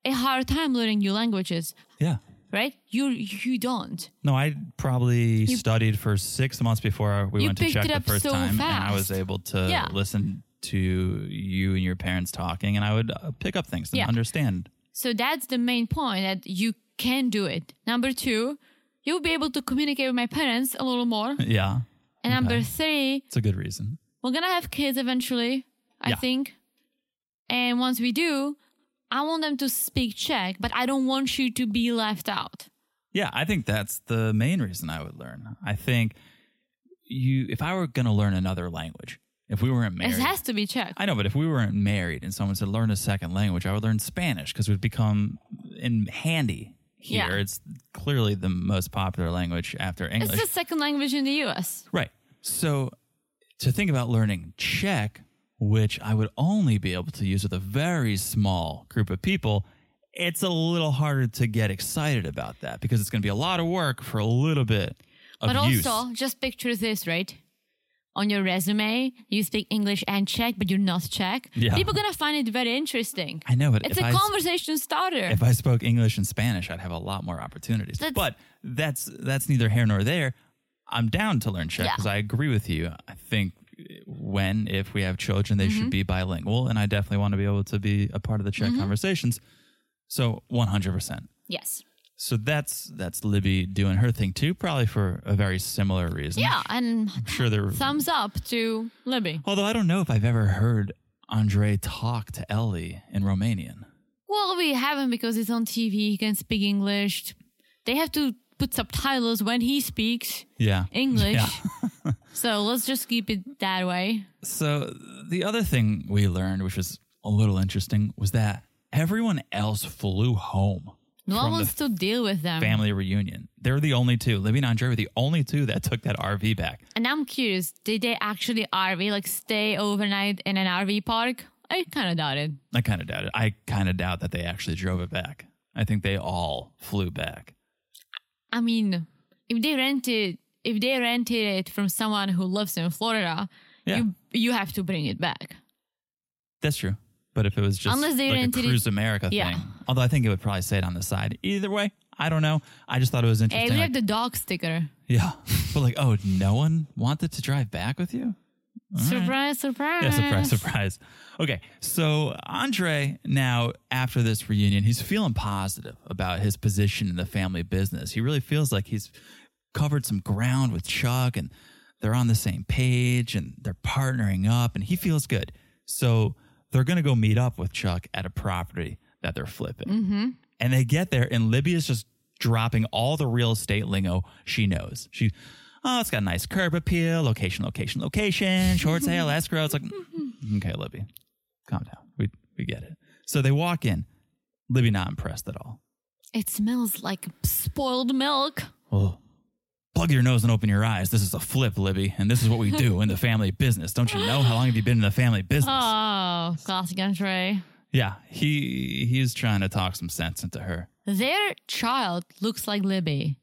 a hard time learning new languages,
Yeah.
right? You you don't.
No, I probably studied for six months before we
You
went to
picked
check
it
the
up
first
so
time, and I
fast.
was able to
Yeah.
listen to you and your parents talking, and I would uh, pick up things and
Yeah.
understand.
So that's the main point that you can do it. Number two, you'll be able to communicate with my parents a little more.
Yeah.
And number
Okay.
three,
It's a good reason.
we're gonna have kids eventually, I
Yeah.
think. And once we do, I want them to speak Czech, but I don't want you to be left out.
Yeah, I think that's the main reason I would learn. I think you if I were going to learn another language, if we weren't married.
It has to be Czech.
I know, but if we weren't married and someone said learn a second language, I would learn Spanish because it would become in handy here.
Yeah.
It's clearly the most popular language after English.
It's the second language in the U.S.
Right. So to think about learning Czech, which I would only be able to use with a very small group of people, it's a little harder to get excited about that because it's going to be a lot of work for a little bit of
But
use.
also, just picture this, right? On your resume, you speak English and Czech, but you're not Czech.
Yeah.
People gonna find it very interesting.
I know, but
It's
if,
a
I,
conversation starter.
if I spoke English and Spanish, I'd have a lot more opportunities.
That's-
but that's that's neither here nor there. I'm down to learn Czech
Yeah.
because I agree with you. I think when if we have children, they
Mm-hmm.
should be bilingual, and I definitely want to be able to be a part of the Czech conversations. So 100. percent
yes.
So that's that's Libby doing her thing too, probably for a very similar reason.
Yeah, and
I'm sure there.
thumbs up to Libby.
although I don't know if I've ever heard Andre talk to Ellie in Romanian.
Well, we haven't because it's on TV. He can speak English. They have to put subtitles when he speaks
Yeah,
English.
Yeah.
(laughs) so let's just keep it that way.
So the other thing we learned, which was a little interesting, was that everyone else flew home.
No one
from
wants
the
to deal with them.
family reunion. They were the only two. Libby and Andre were the only two that took that RV back.
And I'm curious, did they actually RV, like stay overnight in an RV park? I kind of doubt it.
I kind of doubt it. I kind of doubt that they actually drove it back. I think they all flew back.
I mean, if they rented, if they rented it from someone who lives in Florida,
Yeah.
you you have to bring it back.
That's true. But if it was just
Unless they
like a
rented it-
Cruise America
Yeah.
thing, although I think it would probably say it on the side. Either way, I don't know. I just thought it was
Hey,
interesting.
we
like-
have the dog sticker.
yeah, (laughs) but like, oh, no one wanted to drive back with you.
Surprise, surprise.
Yeah, surprise, surprise. Okay, so Andre now after this reunion, he's feeling positive about his position in the family business. He really feels like he's covered some ground with Chuck, and they're on the same page, and they're partnering up, and he feels good. So they're gonna go meet up with Chuck at a property that they're flipping, and they get there, and Libby is just dropping all the real estate lingo she knows. She. Oh, it's got a nice curb appeal, location, location, location, short sale, escrow. It's like, "Mm, Okay, Libby, calm down. We we get it. So they walk in. Libby not impressed at all.
It smells like spoiled milk.
Oh, plug your nose and open your eyes. This is a flip, Libby, and this is what we do in the family business. Don't you know how long have you been in the family business?
Oh, classic Andre.
yeah, he he's trying to talk some sense into her.
Their child looks like Libby.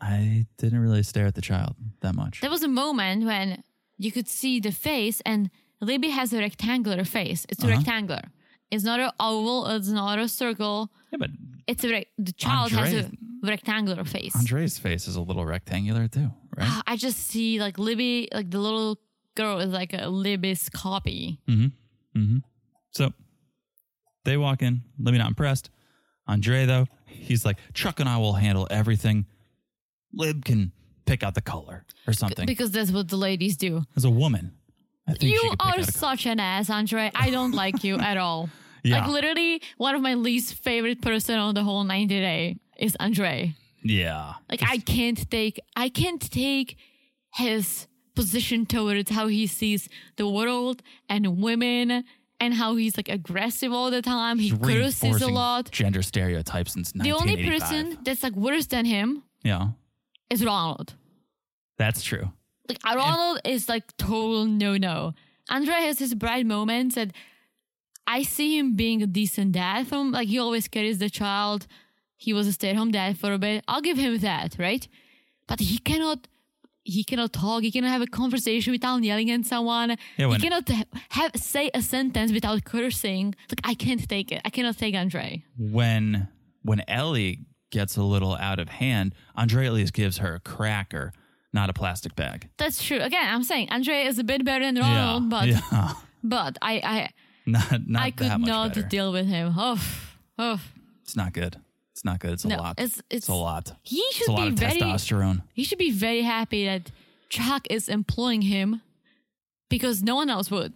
I didn't really stare at the child that much.
There was a moment when you could see the face, and Libby has a rectangular face. It's a
Uh-huh.
rectangular. It's not an oval. It's not a circle.
Yeah, but
It's a rec- the child has a
Andre-
rectangular face. Ah,
Andre's face is a little rectangular too, right?
I just see like Libby, like the little girl is like a Libby's copy.
Mm-hmm. So they walk in. Libby not impressed. Andre though, he's like, Chuck and I will handle everything. Lib can pick out the color or something.
Because that's what the ladies do.
As a woman, I think she
You
could pick
are
out a color.
such an ass, Andre. I don't like you
(laughs)
at all.
Yeah.
Like literally one of my least favorite person on the whole 90 day is Andre.
yeah.
Like I can't take I can't take his position towards how he sees the world and women and how he's like aggressive all the time. He curses a
Reinforcing
lot.
Gender stereotypes since
The only
1985.
person that's like worse than him
Yeah,
is Ronald.
that's true.
Like Ronald is like total no no. Andre has his bright moments and I see him being a decent dad from like he always carries the child. He was a stay at home dad for a bit. I'll give him that, right? But he cannot he cannot talk. He cannot have a conversation without yelling at someone.
Yeah,
he
when-
cannot ha- have say a sentence without cursing. Like I can't take it. I cannot take Andre.
When when Ellie gets a little out of hand, Andre at least gives her a cracker, not a plastic bag.
That's true. Again, I'm saying Andre is a bit better than
yeah,
Ronald, Oh, but
yeah, (laughs)
but I I
not not
I
that
could
much
not
better.
deal with him. Oh, oh.
it's not good. It's not good. It's a
No,
lot.
it's-
it's
it's-
a lot.
He
It's
should
a lot
be
of
very.
testosterone.
He should be very happy that Chuck is employing him, because no one else would.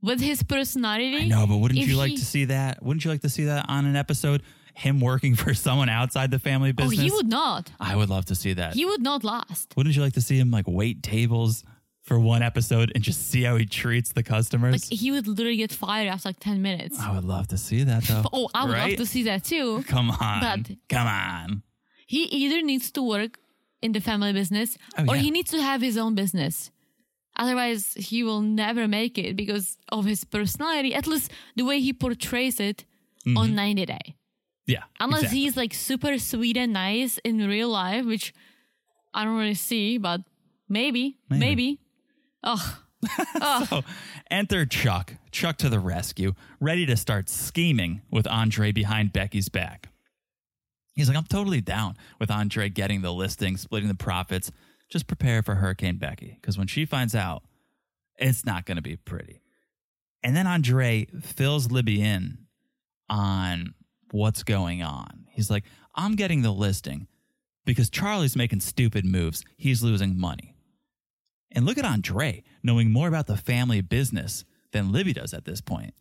With his personality,
I know, but wouldn't
if
you like
he-
to see that? Wouldn't you like to see that on an episode? Him working (laughs) for someone outside the family
Oh,
business.
he would not.
I would love to see that.
He would not last.
wouldn't you like to see him like wait tables for one episode and just see how he treats the
Like
customers?
he would literally get fired after like ten minutes.
I would love to see that
(laughs)
though.
Oh, I would
Uh, right?
love to see that too.
Come on,
But-
come on.
He either needs to work in the family business
Oh,
or
yeah.
he needs to have his own business. Otherwise, he will never make it because of his personality, at least the way he portrays it on 90 Day.
Yeah,
Unless
Mm-hmm. exactly.
he's like super sweet and nice in real life, which I don't really see, but maybe,
Maybe.
maybe. Oh,
(laughs) So, enter Chuck. Chuck to the rescue, ready to start scheming with Andre behind Becky's back. He's like, I'm totally down with Andre getting the listing, splitting the profits. Just prepare for Hurricane Becky, because when she finds out, it's not going to be pretty. And then Andre fills Libby in on what's going on. He's like, I'm getting the listing because Charlie's making stupid moves. He's losing money. And look at Andre knowing more about the family business than Libby does at this point.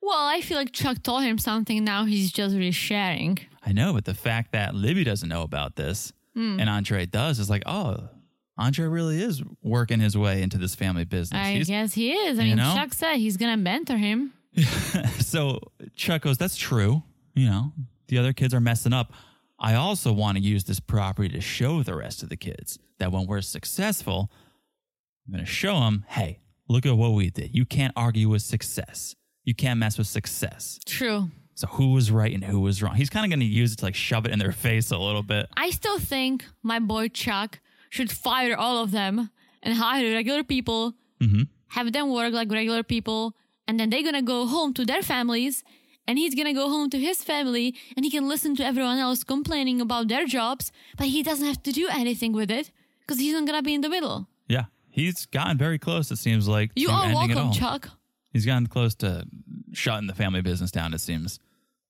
well, I feel like Chuck told him something. Now he's just really sharing.
I know, but the fact that Libby doesn't know about this and Andre does is like, oh, Andre really is working his way into this family business.
I
He's-
guess he is. I
you
mean,
know?
Chuck said he's going to mentor him.
(laughs) so Chuck goes, that's true. You know, the other kids are messing up. I also want to use this property to show the rest of the kids that when we're successful, I'm going to show them, hey, look at what we did. You can't argue with success. You can't mess with success.
True.
So who was right and who was wrong? He's kind of going to use it to like shove it in their (laughs) face a little bit.
I still think my boy Chuck should fire all of them and hire regular people,
Mm-hmm.
have them work like regular people, and then they're gonna go home to their families, and he's gonna go home to his family, and he can listen to everyone else complaining about their jobs, but he doesn't have to do anything with it because he's not gonna be in the middle.
Yeah, he's gotten very close. It seems like
You
to
are
ending it
welcome,
all.
Chuck.
He's gotten close to shutting the family business down. It seems,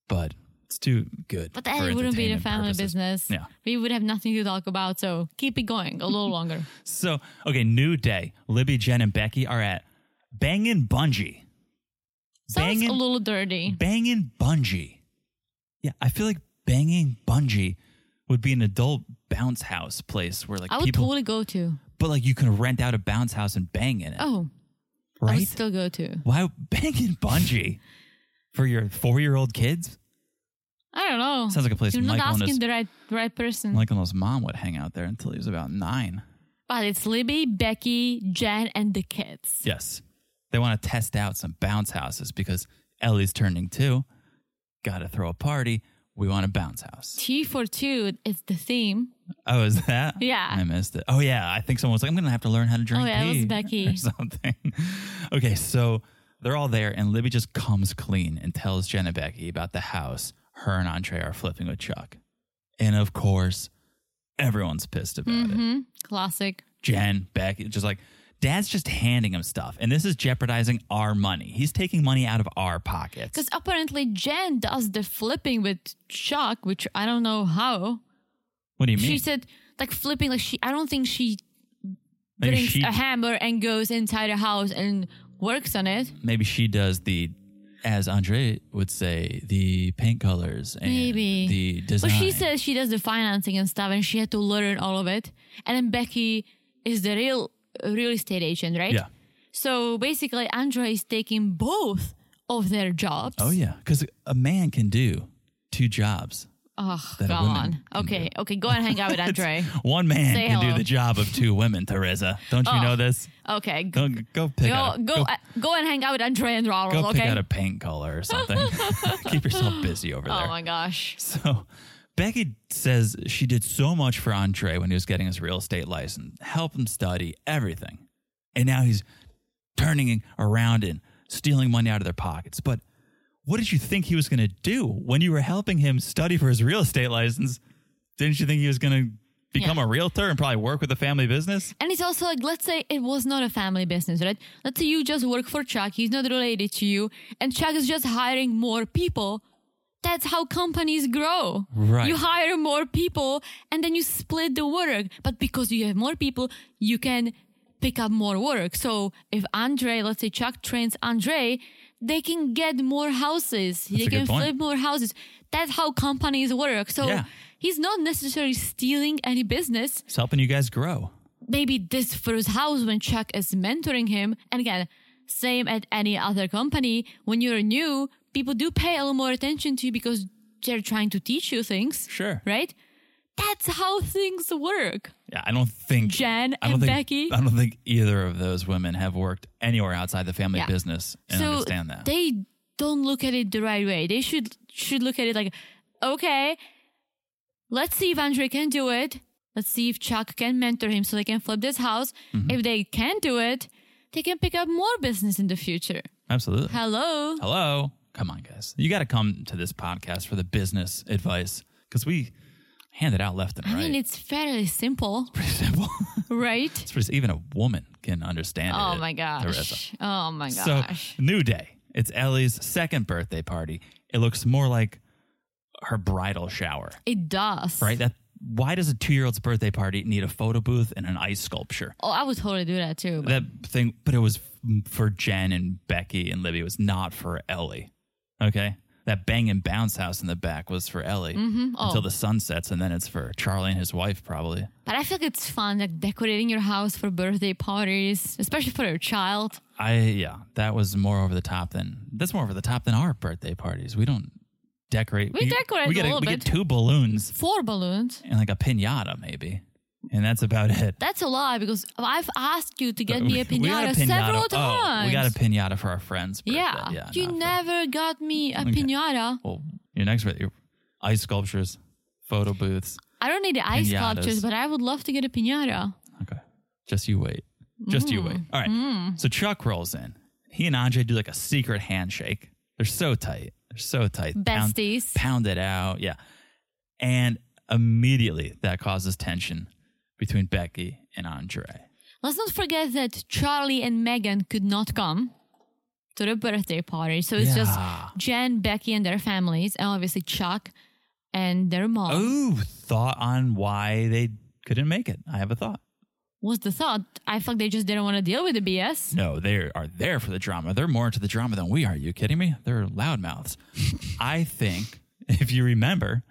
but it's too good.
But that
for
it wouldn't be the
entertainment
family
purposes.
business.
Yeah.
We would have nothing to talk about, so keep it going
(laughs)
a little longer.
So okay, new day. Libby, Jen, and Becky are at Bangin' Bungee.
Sounds
Bangin'-
a little dirty.
Bangin' Bungee. Yeah, I feel like banging bungee would be an adult bounce house place where like
I would
people,
totally go to.
but like you can rent out a bounce house and bang in it,
Oh, I
right?
would still go to.
Why banging bungee for your four year old kids?
I don't know.
Sounds like a place
You're not
Michael and
asking
his-
the right right person.
Michael's mom would hang out there until he was about nine.
but it's Libby, Becky, Jen, and the kids.
Yes. They want to test out some bounce houses because Ellie's turning two. Got to throw a party. We want a bounce house.
T for two is the theme.
Oh, is that?
Yeah.
I missed it. Oh, yeah. I think someone was like, I'm going to have to learn how to drink
Oh, yeah, it was
pee," (laughs)
Becky.
Or something. okay. So they're all there, and Libby just comes clean and tells Jen and Becky about the house her and Andre are flipping with Chuck. And of course, everyone's pissed about it.
hmm Classic.
Jen, Becky, just like dad's just handing him stuff. And this is jeopardizing our money. He's taking money out of our pockets.
Because apparently Jen does the flipping with Chuck, which I don't know how.
What do you mean?
She said like flipping, like she. I don't think she
maybe
brings
she
a hammer and goes inside a house and works on it.
maybe she does the as Andre would say, the paint colors and
Maybe.
the design.
But she says she does the financing and stuff, and she had to learn all of it. And then Becky is the real real estate agent, right?
Yeah.
So basically, Andre is taking both of their jobs.
Oh yeah. Because a man can do two jobs.
Oh,
That a
come
woman
on.
can
Okay, okay, go and hang
(laughs)
out with Andre.
One man
Say
can do
hello.
the job of two women, Teresa. Don't you
Oh.
know this?
Okay, go
Go go pick
go
out a-
go, uh, go and hang out with Andre and Raul.
go
okay.
pick out a paint color or
(laughs)
something. Keep yourself busy over there.
oh my gosh.
So Becky says she did so much for Andre when he was getting his real estate license, helped him study everything. And now he's turning around and stealing money out of their pockets. But what did you think he was going to do when you were helping him study for his real estate license? Didn't you think he was going to become a realtor and probably work with the family business?
And it's also like, let's say it was not a family business, right? Let's say you just work for Chuck, he's not related to you, and Chuck is just hiring more people That's how companies grow.
Right.
You hire more people and then you split the work. But because you have more people, you can pick up more work. So if Andre, let's say Chuck trains Andre, they can get more houses.
a
they
good
can
point.
flip more houses. That's how companies work. So
Yeah.
he's not necessarily stealing any business
It's helping you guys grow.
maybe this first house when Chuck is mentoring him. And again, same at any other company. When you're new, people do pay a little more attention to you because they're trying to teach you things.
Sure.
Right? That's how things work.
Yeah, I don't think
Jen
I don't
and
think,
Becky.
I don't think either of those women have worked anywhere outside the family
Yeah.
business and
so
understand that.
they don't look at it the right way. They should should look at it like, okay, let's see if Andre can do it. Let's see if Chuck can mentor him so they can flip this house.
Mm-hmm.
If they can do it, they can pick up more business in the future.
Absolutely.
Hello.
Hello. Come on, guys. You got to come to this podcast for the business advice because we hand it out left and
I
right.
mean, it's fairly simple,
(laughs)
(laughs)
pretty simple.
right?
it's pretty, even a woman can understand it.
oh my
Teresa.
gosh. Oh my
So,
gosh.
New Day. It's Ellie's second birthday party. It looks more like her bridal shower,
it does.
right? That why does a 2-year-old's birthday party need a photo booth and an ice sculpture?
Oh, I would totally do that too. but-
that thing, but it was f- for Jen and Becky and Libby. It was not for Ellie. Okay. That bang and bounce house in the back was for Ellie
Oh.
until the sun sets, and then it's for Charlie and his wife, probably.
But I feel like it's fun, like decorating your house for birthday parties, especially for your child.
I, yeah, that was more over the top than that's more over the top than our birthday parties. We don't decorate.
We decorate
we get
a little
we get
bit.
two balloons
Four balloons.
and like a pinata, maybe, and that's about it.
That's a lie because I've asked you to get me a
(laughs) We got
pinata, several
Oh,
times.
we got a pinata for our friends. birthday.
yeah. you
not for-
never got me a pinata.
Well, your next birthday, your ice sculptures, photo booths.
I don't need the ice
Pinatas.
sculptures, but I would love to get a pinata.
Okay. Just you wait. Just you
Mm.
wait. All right. So Chuck rolls in. He and Andre do like a secret handshake. They're so tight. They're so tight. Pound-
Besties.
Pound, it out. Yeah. And immediately that causes tension between Becky and Andre.
Let's not forget that Charlie and Megan could not come to the birthday party. So it's
Yeah.
just Jen, Becky, and their families, and obviously Chuck and their mom.
Oh, thought on why they couldn't make it. I have a thought.
What's the thought? I feel like they just didn't want to deal with the
(laughs)
BS.
No, they are there for the drama. They're more into the drama than we are. You kidding me? They're loudmouths. I think, if you remember,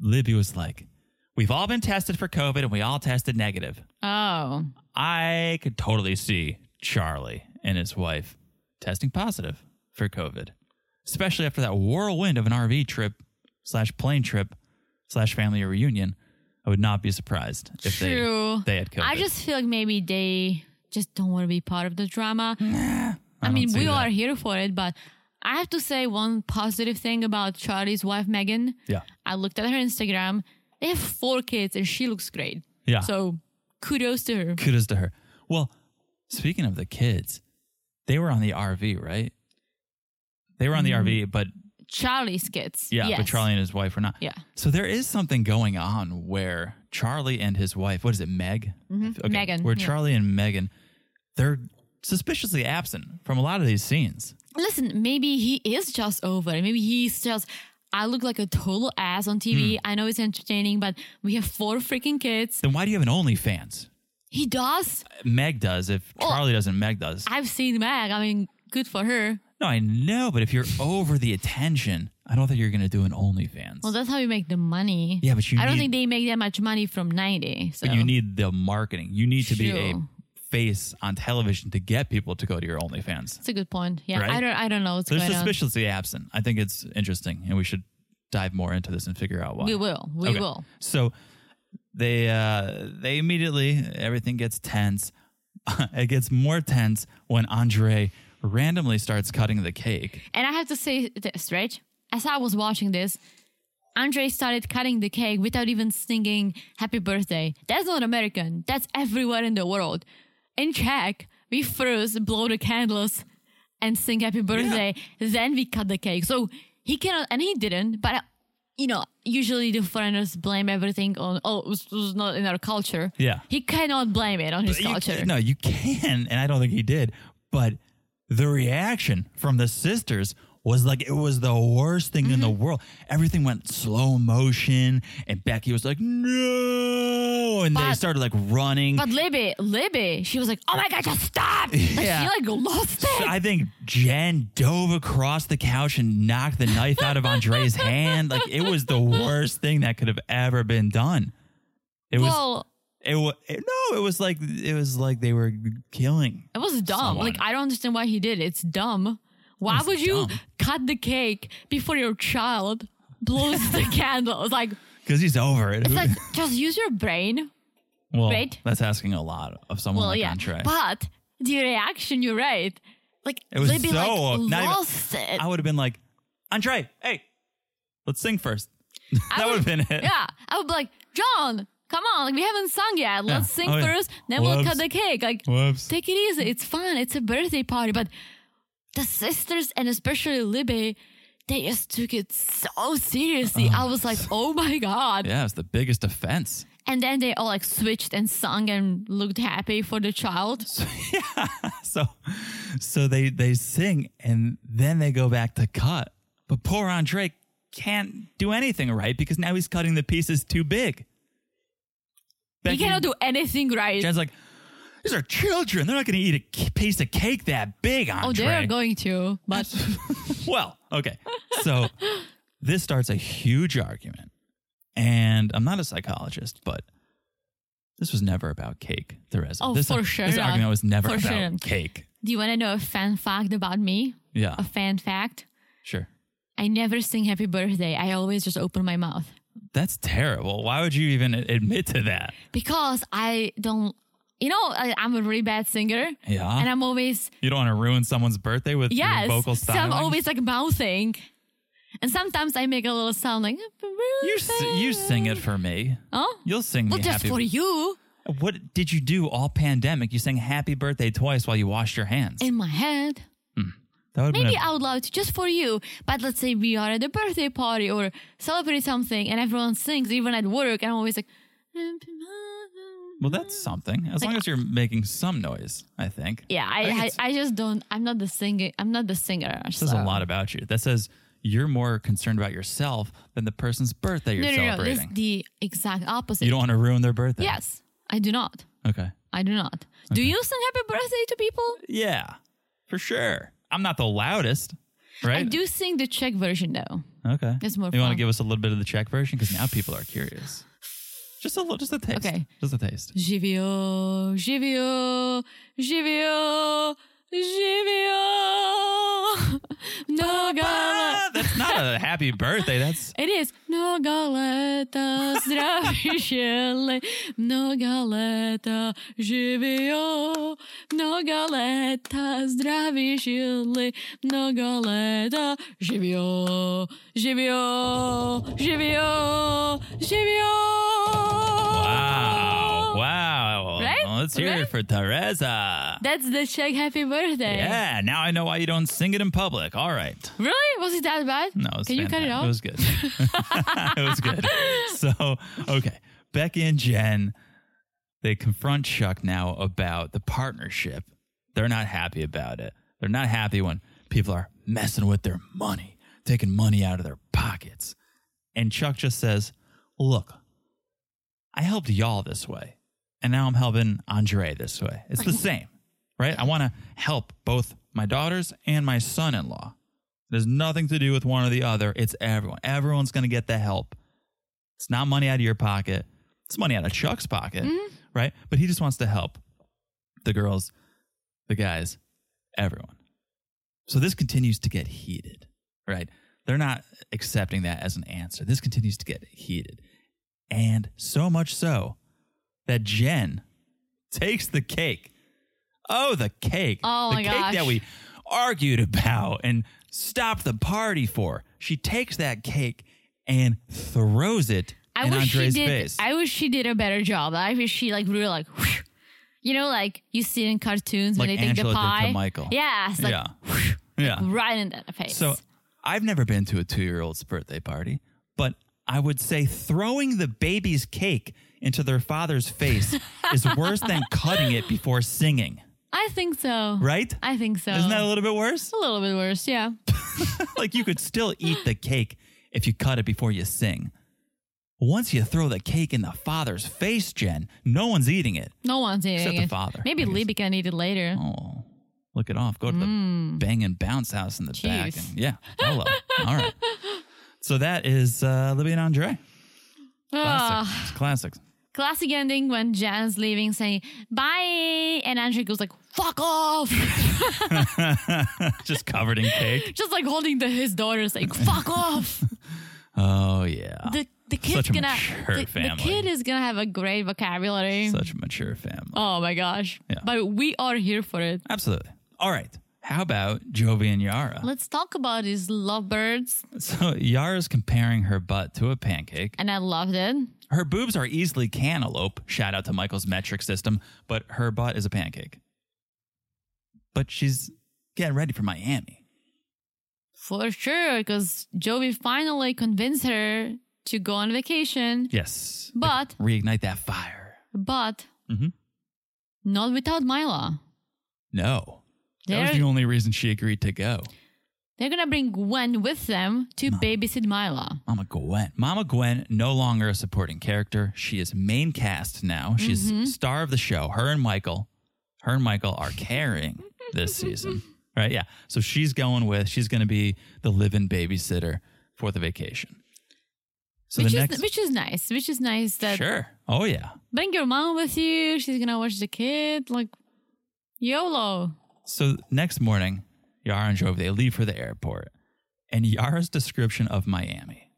Libby was like, We've all been tested for COVID and we all tested negative.
Oh.
I could totally see Charlie and his wife testing positive for COVID, especially after that whirlwind of an RV trip slash plane trip slash family reunion. I would not be surprised if
True.
they they had COVID.
I just feel like maybe they just don't want to be part of the drama. I,
don't
mean,
see
we
that.
are here for it, but I have to say one positive thing about Charlie's wife, Megan.
yeah.
I looked at her Instagram. They have four kids and she looks great.
Yeah.
So kudos to her.
kudos to her. Well, speaking of the kids, they were on the RV, right? They were on the RV, but
Charlie's kids.
yeah,
Mm-hmm. yes.
but Charlie and his wife were not.
Yeah.
So there is something going on where Charlie and his wife, what is it, Meg?
Mm-hmm. Megan,
Where
yeah.
Charlie and Megan, they're suspiciously absent from a lot of these scenes.
Listen, maybe he is just over. it. Maybe he's just. I look like a total ass on
Hmm.
TV. I know it's entertaining, but we have four freaking kids.
Then why do you have an OnlyFans?
He does.
Meg does if Charlie doesn't. Meg does.
I've seen Meg. I mean, good for her.
no, I know, but if you're over the attention, I don't think you're going to do an OnlyFans.
Well, that's how you make the money.
Yeah, but you
I don't
need-
think they make that much money from ninety. So
But you need the marketing. You need to be a
Sure.
face on television to get people to go to your OnlyFans.
that's a good point. Yeah,
Right?
I don't. I don't know what's
They're
going on.
suspiciously absent. I think it's interesting, and we should dive more into this and figure out why.
We will. We
Okay.
will.
So they uh, they immediately everything gets tense. (laughs) it gets more tense when Andre randomly starts cutting the cake.
And I have to say this, right? As I was watching this, Andre started cutting the cake without even singing happy birthday. That's not American. That's everywhere in the world. In Czech, we first blow the candles and sing happy birthday, then we cut the cake. So he cannot, and he didn't, but you know, usually the foreigners blame everything on, oh, it was, it was not in our culture.
Yeah.
He cannot blame it on his
You-
culture.
no, you can, and I don't think he did. But the reaction from the sisters was like it was the worst thing in the
Mm-hmm.
world. Everything went slow motion, and Becky was like, "No!" and they
But-
started like running.
But Libby, Libby, she was like, "Oh my god, just
(laughs)
stop!" Like,
Yeah.
she like lost
So
it.
I think Jen dove across the couch and knocked the knife out of
(laughs)
Andre's hand. Like it was the worst thing that could have ever been done. It was
well,
it was no, it was like it was like they were killing.
it was dumb.
someone.
Like I don't understand why he did. it. It's dumb. Why
It's
would you
dumb.
cut the cake before your child blows
(laughs)
the candle? It's like,
Because he's over it. (laughs)
it's like just use your brain.
well,
right?
that's asking a lot of someone
Well,
like
yeah,
Andre.
but the reaction, you're right. Like
It was
Libby
so- not
like
even-
lost it.
I would have been like, Andre, hey, let's sing first.
I
that would have been it.
Yeah, I would be like, John, come on, like we haven't sung yet. Let's sing
Oh, yeah.
first, then we'll cut
Whoops.
the cake. Like,
Whoops.
take it easy. It's fun. It's a birthday party. But the sisters and especially Libby, they just took it so seriously. I was like, oh my god.
Uh-huh. Yeah, it's the biggest
(laughs)
offense.
And then they all like switched and sung and looked happy for the child.
So, so they they sing and then they go back to cut. But poor Andre can't do anything right because now he's cutting the pieces too big.
He cannot do anything right.
Jen's like, these are children. They're not going to eat a c- piece of cake that big, Andre.
oh, they're going to,
(laughs)
but
well, okay. So (laughs) this starts a huge argument. And I'm not a psychologist, but this was never about cake, Theresa.
Oh,
this,
for sure
This
not.
argument was never
For
about
sure.
cake.
do you want to know a fan fact about me?
Yeah,
A fan fact?
sure.
I never sing happy birthday. I always just open my mouth
That's terrible. Why would you even admit to that?
because I don't, you know, I, I'm a really bad singer.
Yeah.
And I'm always,
you don't want to ruin someone's birthday with
yes.
your vocal
so
style.
I'm always like mouthing. And sometimes I make a little sound like,
you, s- you sing it for me.
Oh?
You'll sing
Well,
me
just
happy
for you
What did you do all pandemic? You sang happy birthday twice while you washed your hands.
in my head.
that would
Maybe out loud, just for you. But let's say we are at a birthday party or celebrate something and everyone sings, even at work. And I'm always like,
Well, that's something. As long as you're making some noise, I think.
Mm. yeah, I,
think
I,
it's-
I just don't, I'm not the singer. I'm not the singer.
Says a lot about you. That says you're more concerned about yourself than the person's birthday you're
No, no, no. This
celebrating.
the exact opposite.
you don't want to ruin their birthday.
Yes, I do not.
Okay.
I do not. Do you sing happy birthday to people?
Yeah, for sure. I'm not the loudest, right?
I do sing the Czech version though.
Okay.
It's more
You want to
fun.
give us a little bit of the Czech version because now people are curious. Just a little, just a taste.
Okay.
Just a taste.
Živio, živio, živio, (laughs) živio. No
Ah,
gala.
that's not a happy birthday.
(laughs)
That's
It is. Mnoga leta zdraví žili, mnoga leta živio, mnoga leta zdraví žili, mnoga leta živio, živio, živio, živio.
wow, wow.
Right?
Well, let's hear it
Right?
for Teresa.
That's the Czech happy birthday.
Yeah, now I know why you don't sing it in public. All right.
Really? Was it that bad?
No, it was
Can you cut it
fantastic.
off?
It was good. it was good. (laughs)
(laughs)
So, okay. Becky and Jen, they confront Chuck now about the partnership. They're not happy about it. They're not happy when people are messing with their money, taking money out of their pockets. And Chuck just says, Look, I helped y'all this way, and now I'm helping Andre this way. It's
(laughs)
the same, right? I want to help both my daughters and my son in law. There's nothing to do with one or the other. It's everyone. Everyone's going to get the help. It's not money out of your pocket. It's money out of Chuck's pocket,
Mm-hmm.
right? But he just wants to help the girls, the guys, everyone. So this continues to get heated, right? They're not accepting that as an answer. This continues to get heated. And so much so that Jen takes the cake. Oh, the cake.
Oh,
the
my
cake
gosh.
that we argued about and stopped the party for. She takes that cake and throws it
I
in
wish
Andre's
she did.
face.
I wish she did a better job. I wish she like really like, whoosh. you know, like you see it in cartoons
Like
when they take
Angela
the
did to
pie.
Michael.
Yeah, it's like
yeah. yeah.
right in that face.
So I've never been to a two year old's birthday party, but I would say throwing the
(laughs)
baby's cake into their father's face is worse than cutting it before singing.
I think so.
right?
I think so.
Isn't that a little bit worse?
a little bit worse? Yeah.
like you could still eat the cake if you cut it before you sing. Once you throw the cake in the father's face, Jen, no one's eating it.
No one's eating
Except
it.
the father,
Maybe
I guess.
Libby can eat it later.
Oh, look it off. Go to the bang and bounce house in the back.
Mm. Jeez.
And, yeah. Hello. All
(laughs)
right. So that is uh, Libby and Andre.
Ah,
Classics. Classics.
classic ending when Jan's leaving saying bye, and Andrew goes like "fuck off," (laughs)
Just covered in cake.
just like holding the, his daughter saying
(laughs)
"fuck off."
Oh, yeah.
The the kid's
Such a
gonna
mature
the, the
family.
kid is gonna have a great vocabulary.
Such a mature family.
oh my gosh!
Yeah.
But we are here for it.
Absolutely. All right. How about Jovi and Yara?
Let's talk about these lovebirds,
So Yara's comparing her butt to a pancake.
and I loved it.
Her boobs are easily cantaloupe. Shout out to Michael's metric system, but her butt is a pancake. But she's getting ready for Miami.
For sure, because Joey finally convinced her to go on vacation,
Yes.
But-
reignite that fire.
but
Mhm.
not without Mila.
No. That was
There-
the only reason she agreed to go.
They're gonna bring Gwen with them to babysit Mila.
Mama Gwen. Mama Gwen, no longer a supporting character. She is main cast now. She's
Mm-hmm.
star of the show. Her and Michael, her and Michael are carrying
(laughs)
this season. Right? Yeah. So she's going with, she's going to be the live in babysitter for the vacation. So
which
the
is
next.
which is nice. Which is nice that
sure. Oh, yeah.
bring your mom with you. She's gonna watch the kid. Like YOLO.
So next morning, Yara and Jove, they leave for the airport. And Yara's description of Miami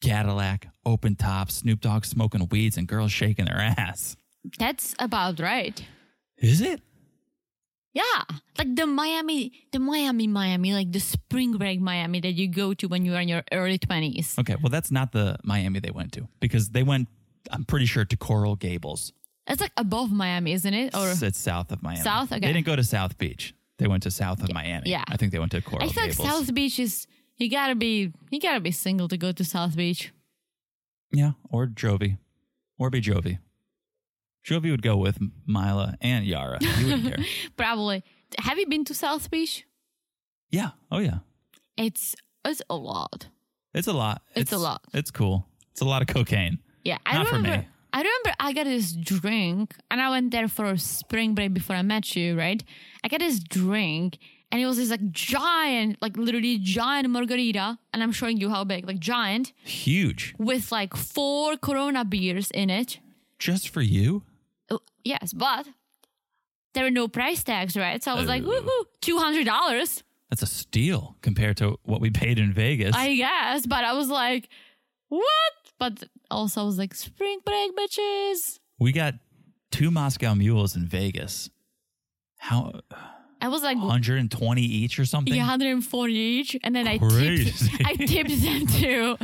Cadillac, open top, Snoop Dogg smoking weeds, and girls shaking their ass.
That's about right.
Is it?
Yeah. Like the Miami the Miami Miami, like the spring break Miami that you go to when you are in your early twenties.
Okay, well, that's not the Miami they went to because they went, I'm pretty sure, to Coral Gables.
It's like above Miami, isn't it? Or
S- it's south of Miami.
Oh, South? Okay.
They didn't go to South Beach. They went to south of Miami.
yeah.
I think they went to Coral
I feel like
Gables.
South Beach is you gotta be you gotta be single to go to South Beach.
yeah, or Jovi. Or be Jovi. Jovi would go with Mila and Yara. You wouldn't
(laughs)
care.
Probably. Have you been to South Beach?
Yeah. Oh, yeah.
It's it's a lot.
It's a lot.
It's a lot.
It's cool. It's a lot of cocaine.
Yeah, I
Not for
remember.
me.
I remember I got this drink, and I went there for a spring break before I met you, right? I got this drink, and it was this like giant, like literally giant margarita, and I'm showing you how big, like giant,
Huge.
with like four Corona beers in it.
Just for you?
Oh, Yes, but there were no price tags, right? So I was like,
Oh.
woohoo, two hundred dollars,
That's a steal compared to what we paid in Vegas.
I guess. But I was like, what? But also I was like, spring break, bitches.
we got two Moscow mules in Vegas. How
I was like,
120 each or something?
Yeah, 140 each. And then
Crazy.
(laughs) I tipped I tipped them too.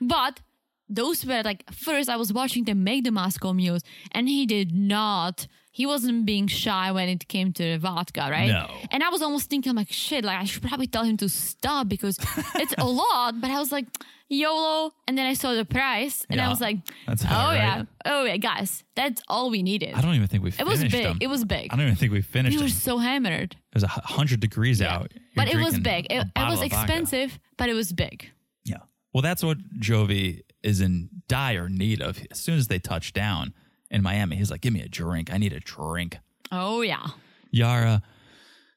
But those were like first I was watching them make the Moscow mules and he did not he wasn't being shy when it came to the vodka, right?
No.
And I was almost thinking like shit, like I should probably tell him to stop because it's
(laughs)
a lot. But I was like, YOLO. And then I saw the price and
Yeah.
I was like,
That's
Oh
all right.
yeah. Oh yeah, guys, that's all we needed.
I don't even think we
it
finished
was big.
them.
It was big.
I don't even think we finished
We
them. It
were so hammered.
was a 100 degrees out. You're
But it was
drinking
big.
a
It, it
bottle
was
of vodka.
expensive, but it was big.
Yeah. Well, that's what Jovi is in dire need of. As soon as they touch down in Miami, he's like, give me a drink. I need a drink.
Oh yeah.
Yara,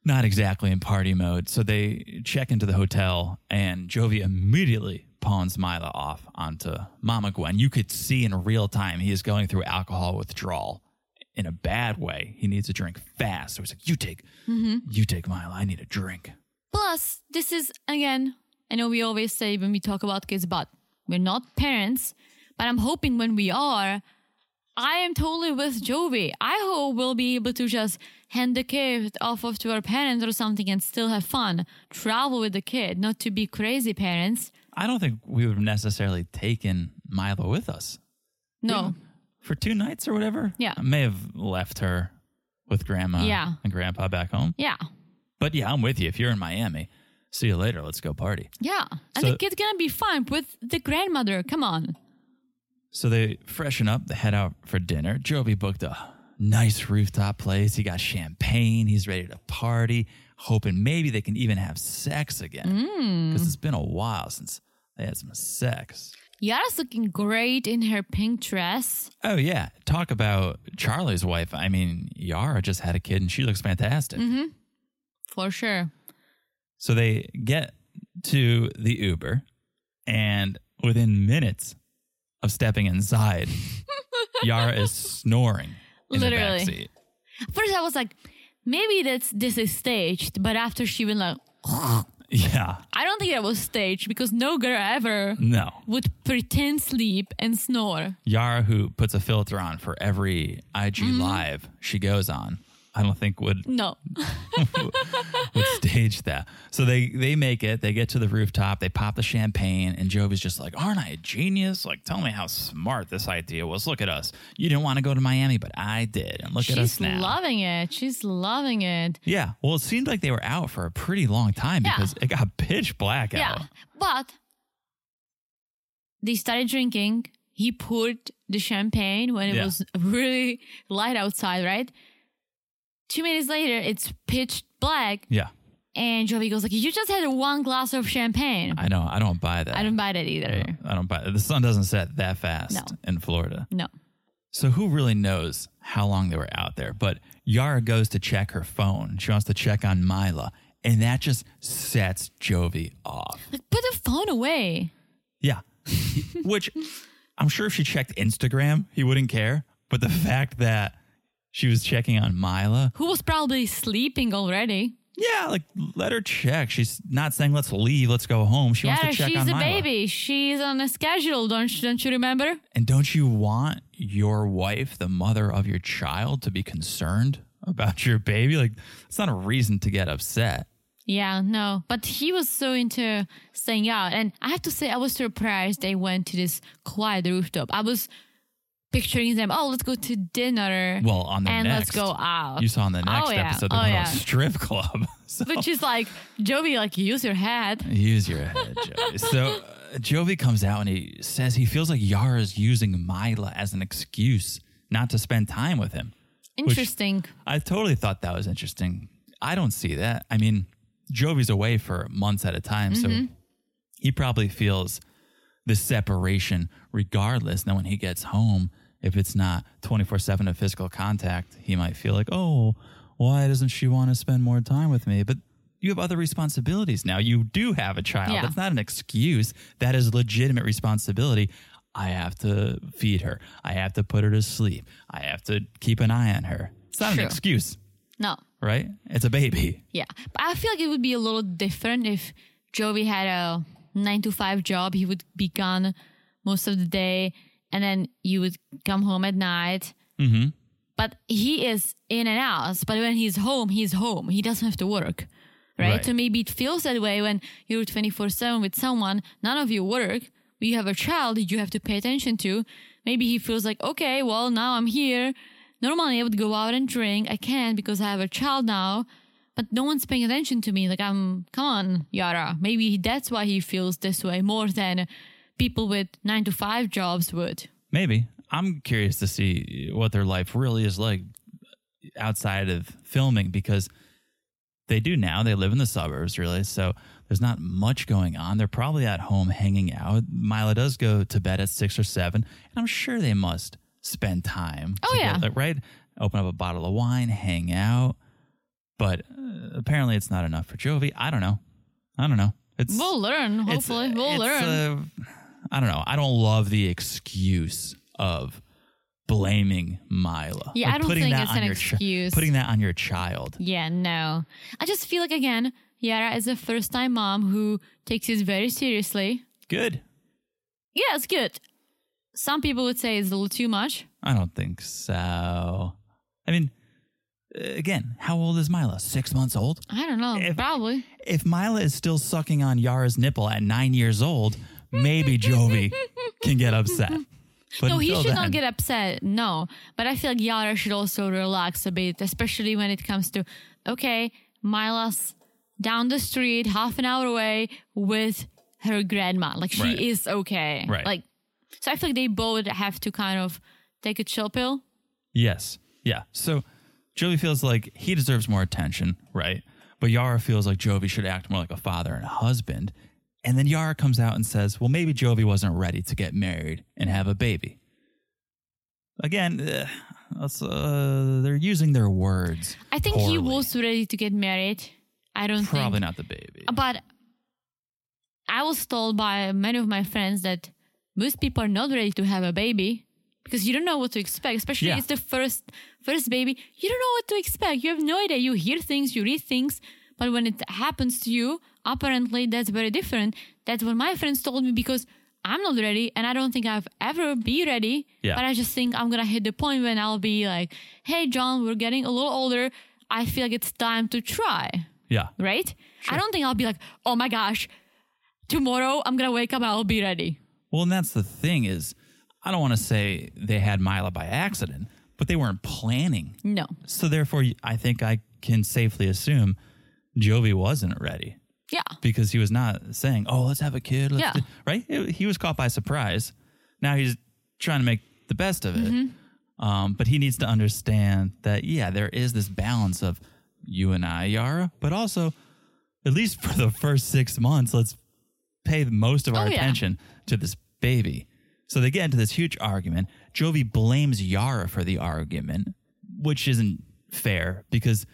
not exactly in party mode. So they check into the hotel, and Jovi immediately pawns Mila off onto Mama Gwen. You could see in real time he is going through alcohol withdrawal in a bad way. He needs a drink fast. So he's like, "You take,
Mm-hmm.
you take Mila. I need a drink."
Plus, this is again, I know we always say when we talk about kids, but we're not parents. But I'm hoping when we are, I am totally with Jovi. I hope we'll be able to just hand the kid off of to our parents or something and still have fun. Travel with the kid, not to be crazy parents.
I don't think we would have necessarily taken Mila with us
No.
for two nights or whatever.
Yeah.
I may have left her with grandma
Yeah.
and grandpa back home.
Yeah.
But yeah, I'm with you. If you're in Miami, see you later. Let's go party.
Yeah. And
So-
the kid's gonna be fine with the grandmother. Come on.
So they freshen up, they head out for dinner. Jovi booked a nice rooftop place. He got champagne. He's ready to party, hoping maybe they can even have sex again. Because it's been a while since they had some sex.
Yara's looking great in her pink dress.
Oh, yeah. Talk about Charlie's wife. I mean, Yara just had a kid and she looks fantastic.
For sure.
So they get to the Uber, and within minutes of stepping inside, Yara is snoring in
Literally.
the backseat.
First, I was like, maybe that's this is staged. But after she went like, I
(laughs) Yeah,
don't think that was staged because no girl ever
no.
would pretend sleep and snore.
Yara, who puts a filter on for every IG
Mm-hmm.
live she goes on, I don't think would
No. (laughs)
would stage that. So they they make it. They get to the rooftop. They pop the champagne, and Jovi's just like, "Aren't I a genius? Like, tell me how smart this idea was. Look at us. You didn't want to go to Miami, but I did, and look at us
She's
now."
loving it. She's loving it.
yeah. Well, it seemed like they were out for a pretty long time
Yeah.
because it got pitch black
Yeah.
out.
But they started drinking. He poured the champagne when it
Yeah.
was really light outside, right? Two minutes later, it's pitch black.
Yeah.
And Jovi goes like, you just had one glass of champagne.
I know. I don't buy that.
I don't buy that either.
I don't buy. The sun doesn't set that fast
No.
in Florida.
No.
So who really knows how long they were out there? But Yara goes to check her phone. She wants to check on Mila, and that just sets Jovi off.
Like, put the phone away.
Yeah. (laughs) Which I'm sure if she checked Instagram, he wouldn't care. But the fact that she was checking on Mila,
Who was probably sleeping already?
yeah, like let her check. She's not saying let's leave, let's go home. She
Yeah,
wants to check
she's
on
a
Mila.
baby. She's on a schedule. Don't you, don't you remember?
And don't you want your wife, the mother of your child, to be concerned about your baby? Like, it's not a reason to get upset.
Yeah, no. But he was so into staying out. And I have to say, I was surprised they went to this quiet rooftop. I was picturing them, oh, let's go to dinner
Well, on the
and
next,
let's go out.
You saw in the next
Oh, yeah.
episode they
Oh,
went
yeah.
to a strip club. (laughs) So
Which is like, Jovi, like, use your head.
use your head, Jovi. so
(laughs)
uh, Jovi comes out and he says he feels like Yara's using Mila as an excuse not to spend time with him.
Interesting.
I totally thought that was interesting. I don't see that. I mean, Jovi's away for months at a time, so he probably feels the separation regardless. Now, when he gets home, if it's not 24 7 of physical contact, he might feel like, oh, why doesn't she want to spend more time with me? But you have other responsibilities now. You do have a child.
Yeah.
That's not an excuse. That is legitimate responsibility. I have to feed her. I have to put her to sleep. I have to keep an eye on her. It's not
Sure.
an excuse,
No.
right? It's a baby.
Yeah. But I feel like it would be a little different if Jovi had a nine to five job. He would be gone most of the day and then you would come home at night.
Mm-hmm.
But he is in and out. But when he's home, he's home. He doesn't have to work. Right?
Right.
So maybe it feels that way when you're 24 7 with someone, none of you work. but You have a child that you have to pay attention to. Maybe he feels like, okay, well, now I'm here. Normally I would go out and drink. I can't because I have a child now, but no one's paying attention to me. Like, I'm, come on, Yara. Maybe that's why he feels this way more than people with nine to five jobs would.
Maybe. I'm curious to see what their life really is like outside of filming because they do now. They live in the suburbs, really. So there's not much going on. They're probably at home hanging out. Mila does go to bed at six or seven, and I'm sure they must spend time.
Oh, yeah.
together, Right? Open up a bottle of wine, hang out. But uh, apparently it's not enough for Jovi. I don't know. I don't know. It's
We'll learn, hopefully.
it's,
we'll
it's,
learn.
uh, I don't know. I don't love the excuse of blaming Mila.
Yeah, I don't
putting
think
that
it's
on
an
your chi-
excuse.
putting that on your child.
Yeah, no. I just feel like again, Yara is a first time mom who takes it very seriously.
Good.
Yeah, it's good. Some people would say it's a little too much.
I don't think so. I mean, uh, again, how old is Mila? Six months old.
I don't know.
If-
probably.
If Mila is still sucking on Yara's nipple at nine years old, maybe
(laughs)
Jovi can get upset. But
no, he
until
should
then-
not get upset. No. But I feel like Yara should also relax a bit, especially when it comes to okay, Mila's down the street, half an hour away with her grandma. Like she
Right.
is okay.
Right.
Like so I feel like they both have to kind of take a chill pill.
Yes. Yeah. So Jovi feels like he deserves more attention, right? But Yara feels like Jovi should act more like a father and a husband. And then Yara comes out and says, well, maybe Jovi wasn't ready to get married and have a baby. Again, eh, that's, uh, they're using their words.
I think
poorly.
he was ready to get married. I don't
probably
think.
not the baby.
But I was told by many of my friends that most people are not ready to have a baby because you don't know what to expect. Especially
Yeah.
it's the first first baby. You don't know what to expect. You have no idea. You hear things, you read things, but when it happens to you, apparently that's very different. That's what my friends told me because I'm not ready and I don't think I've ever be ready.
Yeah.
But I just think I'm gonna hit the point when I'll be like, hey John, we're getting a little older. I feel like it's time to try
Yeah.
right? I don't think I'll be like, oh my gosh, tomorrow I'm gonna wake up and I'll be ready.
Well, and that's the thing is, I don't want to say they had Mila by accident, but they weren't planning.
No.
So therefore, I think I can safely assume Jovi wasn't ready
Yeah.
because he was not saying, "Oh, let's have a kid." Let's
Yeah.
do-" right. It- he was caught by surprise. Now he's trying to make the best of it.
Mm-hmm.
Um, but he needs to understand that yeah, there is this balance of you and I, Yara, but also at least for the first six months, let's pay most of our
Oh, yeah.
attention to this baby. So they get into this huge argument. Jovi blames Yara for the argument, which isn't fair because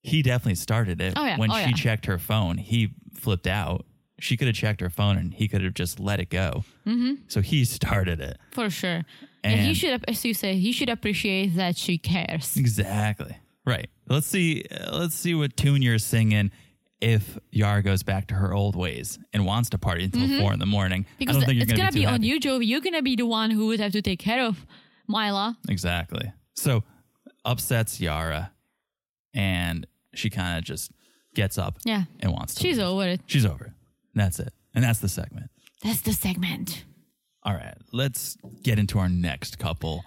he definitely started it.
Oh, yeah.
When
Oh,
she
yeah.
checked her phone, he flipped out. She could have checked her phone and he could have just let it go. Mm-hmm. So he started it.
For sure. And, he
And-
should, ap- as you say, he should appreciate that she cares.
Exactly. Right. Let's see. uh, Let's see what tune you're singing. If Yara goes back to her old ways and wants to party until four in the morning,
Mm-hmm. Because
I don't think you're
it's
going
gonna
to
be,
too
on
happy.
you, Jovi. You're gonna be the one who would have to take care of Mila.
Exactly. So upsets Yara, and she kind of just gets up.
Yeah.
And wants to.
She's
leave.
over it.
She's over. it. And that's it. And that's the segment.
That's the segment.
All right, let's get into our next couple,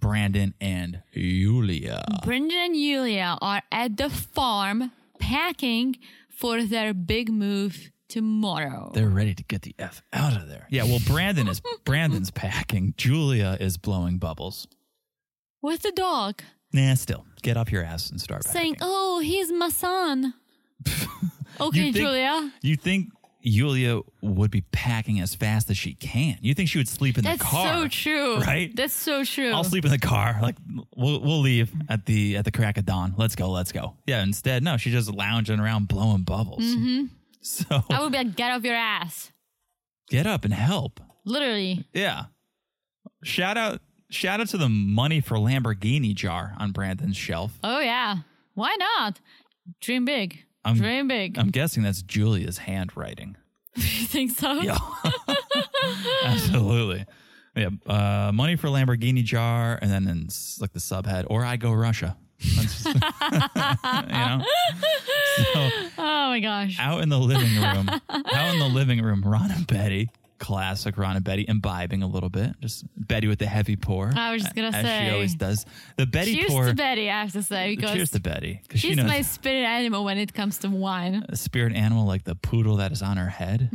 Brandon and Yulia.
Brendan and Yulia are at the farm packing for their big move tomorrow.
They're ready to get the f out of there. Yeah, well, Brandon is Brandon's packing. Julia is blowing bubbles.
With the dog
Nah, still get up your ass and start
saying,
packing.
Oh, he's
(laughs)
my son. okay,
think-
Julia.
You think Yulia would be packing as fast as she can? You think she would sleep in
That's
the car?
so true.
right?
That's so true.
I'll sleep in the car. Like we'll we'll leave at the at the crack of dawn. Let's go. Let's go. Yeah. Instead, no, she's just lounging around blowing bubbles. (laughs) So
Mm-hmm. I would be like, get off your ass.
get up and help.
Literally.
Yeah. Shout out shout out to the money for Lamborghini jar on Brandon's shelf.
Oh, yeah. Why not? Dream big.
I'm-
Dream (laughs) big.
I'm guessing that's Julia's handwriting. (laughs)
you think so?
Yeah. Absolutely. Yeah. Uh, money for Lamborghini jar and then in s- like the subhead or I go Russia. That's just- (laughs) you know. So
Oh, my gosh.
out in the living room, out in the living room, Ron and Betty, classic Ron and Betty, imbibing a little bit. Just Betty with the heavy pour.
I was just gonna
as
say.
she always does. The Betty
Cheers
pour.
to Betty, I have to say, because
Cheers to Betty. 'cause she
she's
knows
my spirit animal when it comes to wine.
a spirit animal like the poodle that is on her head.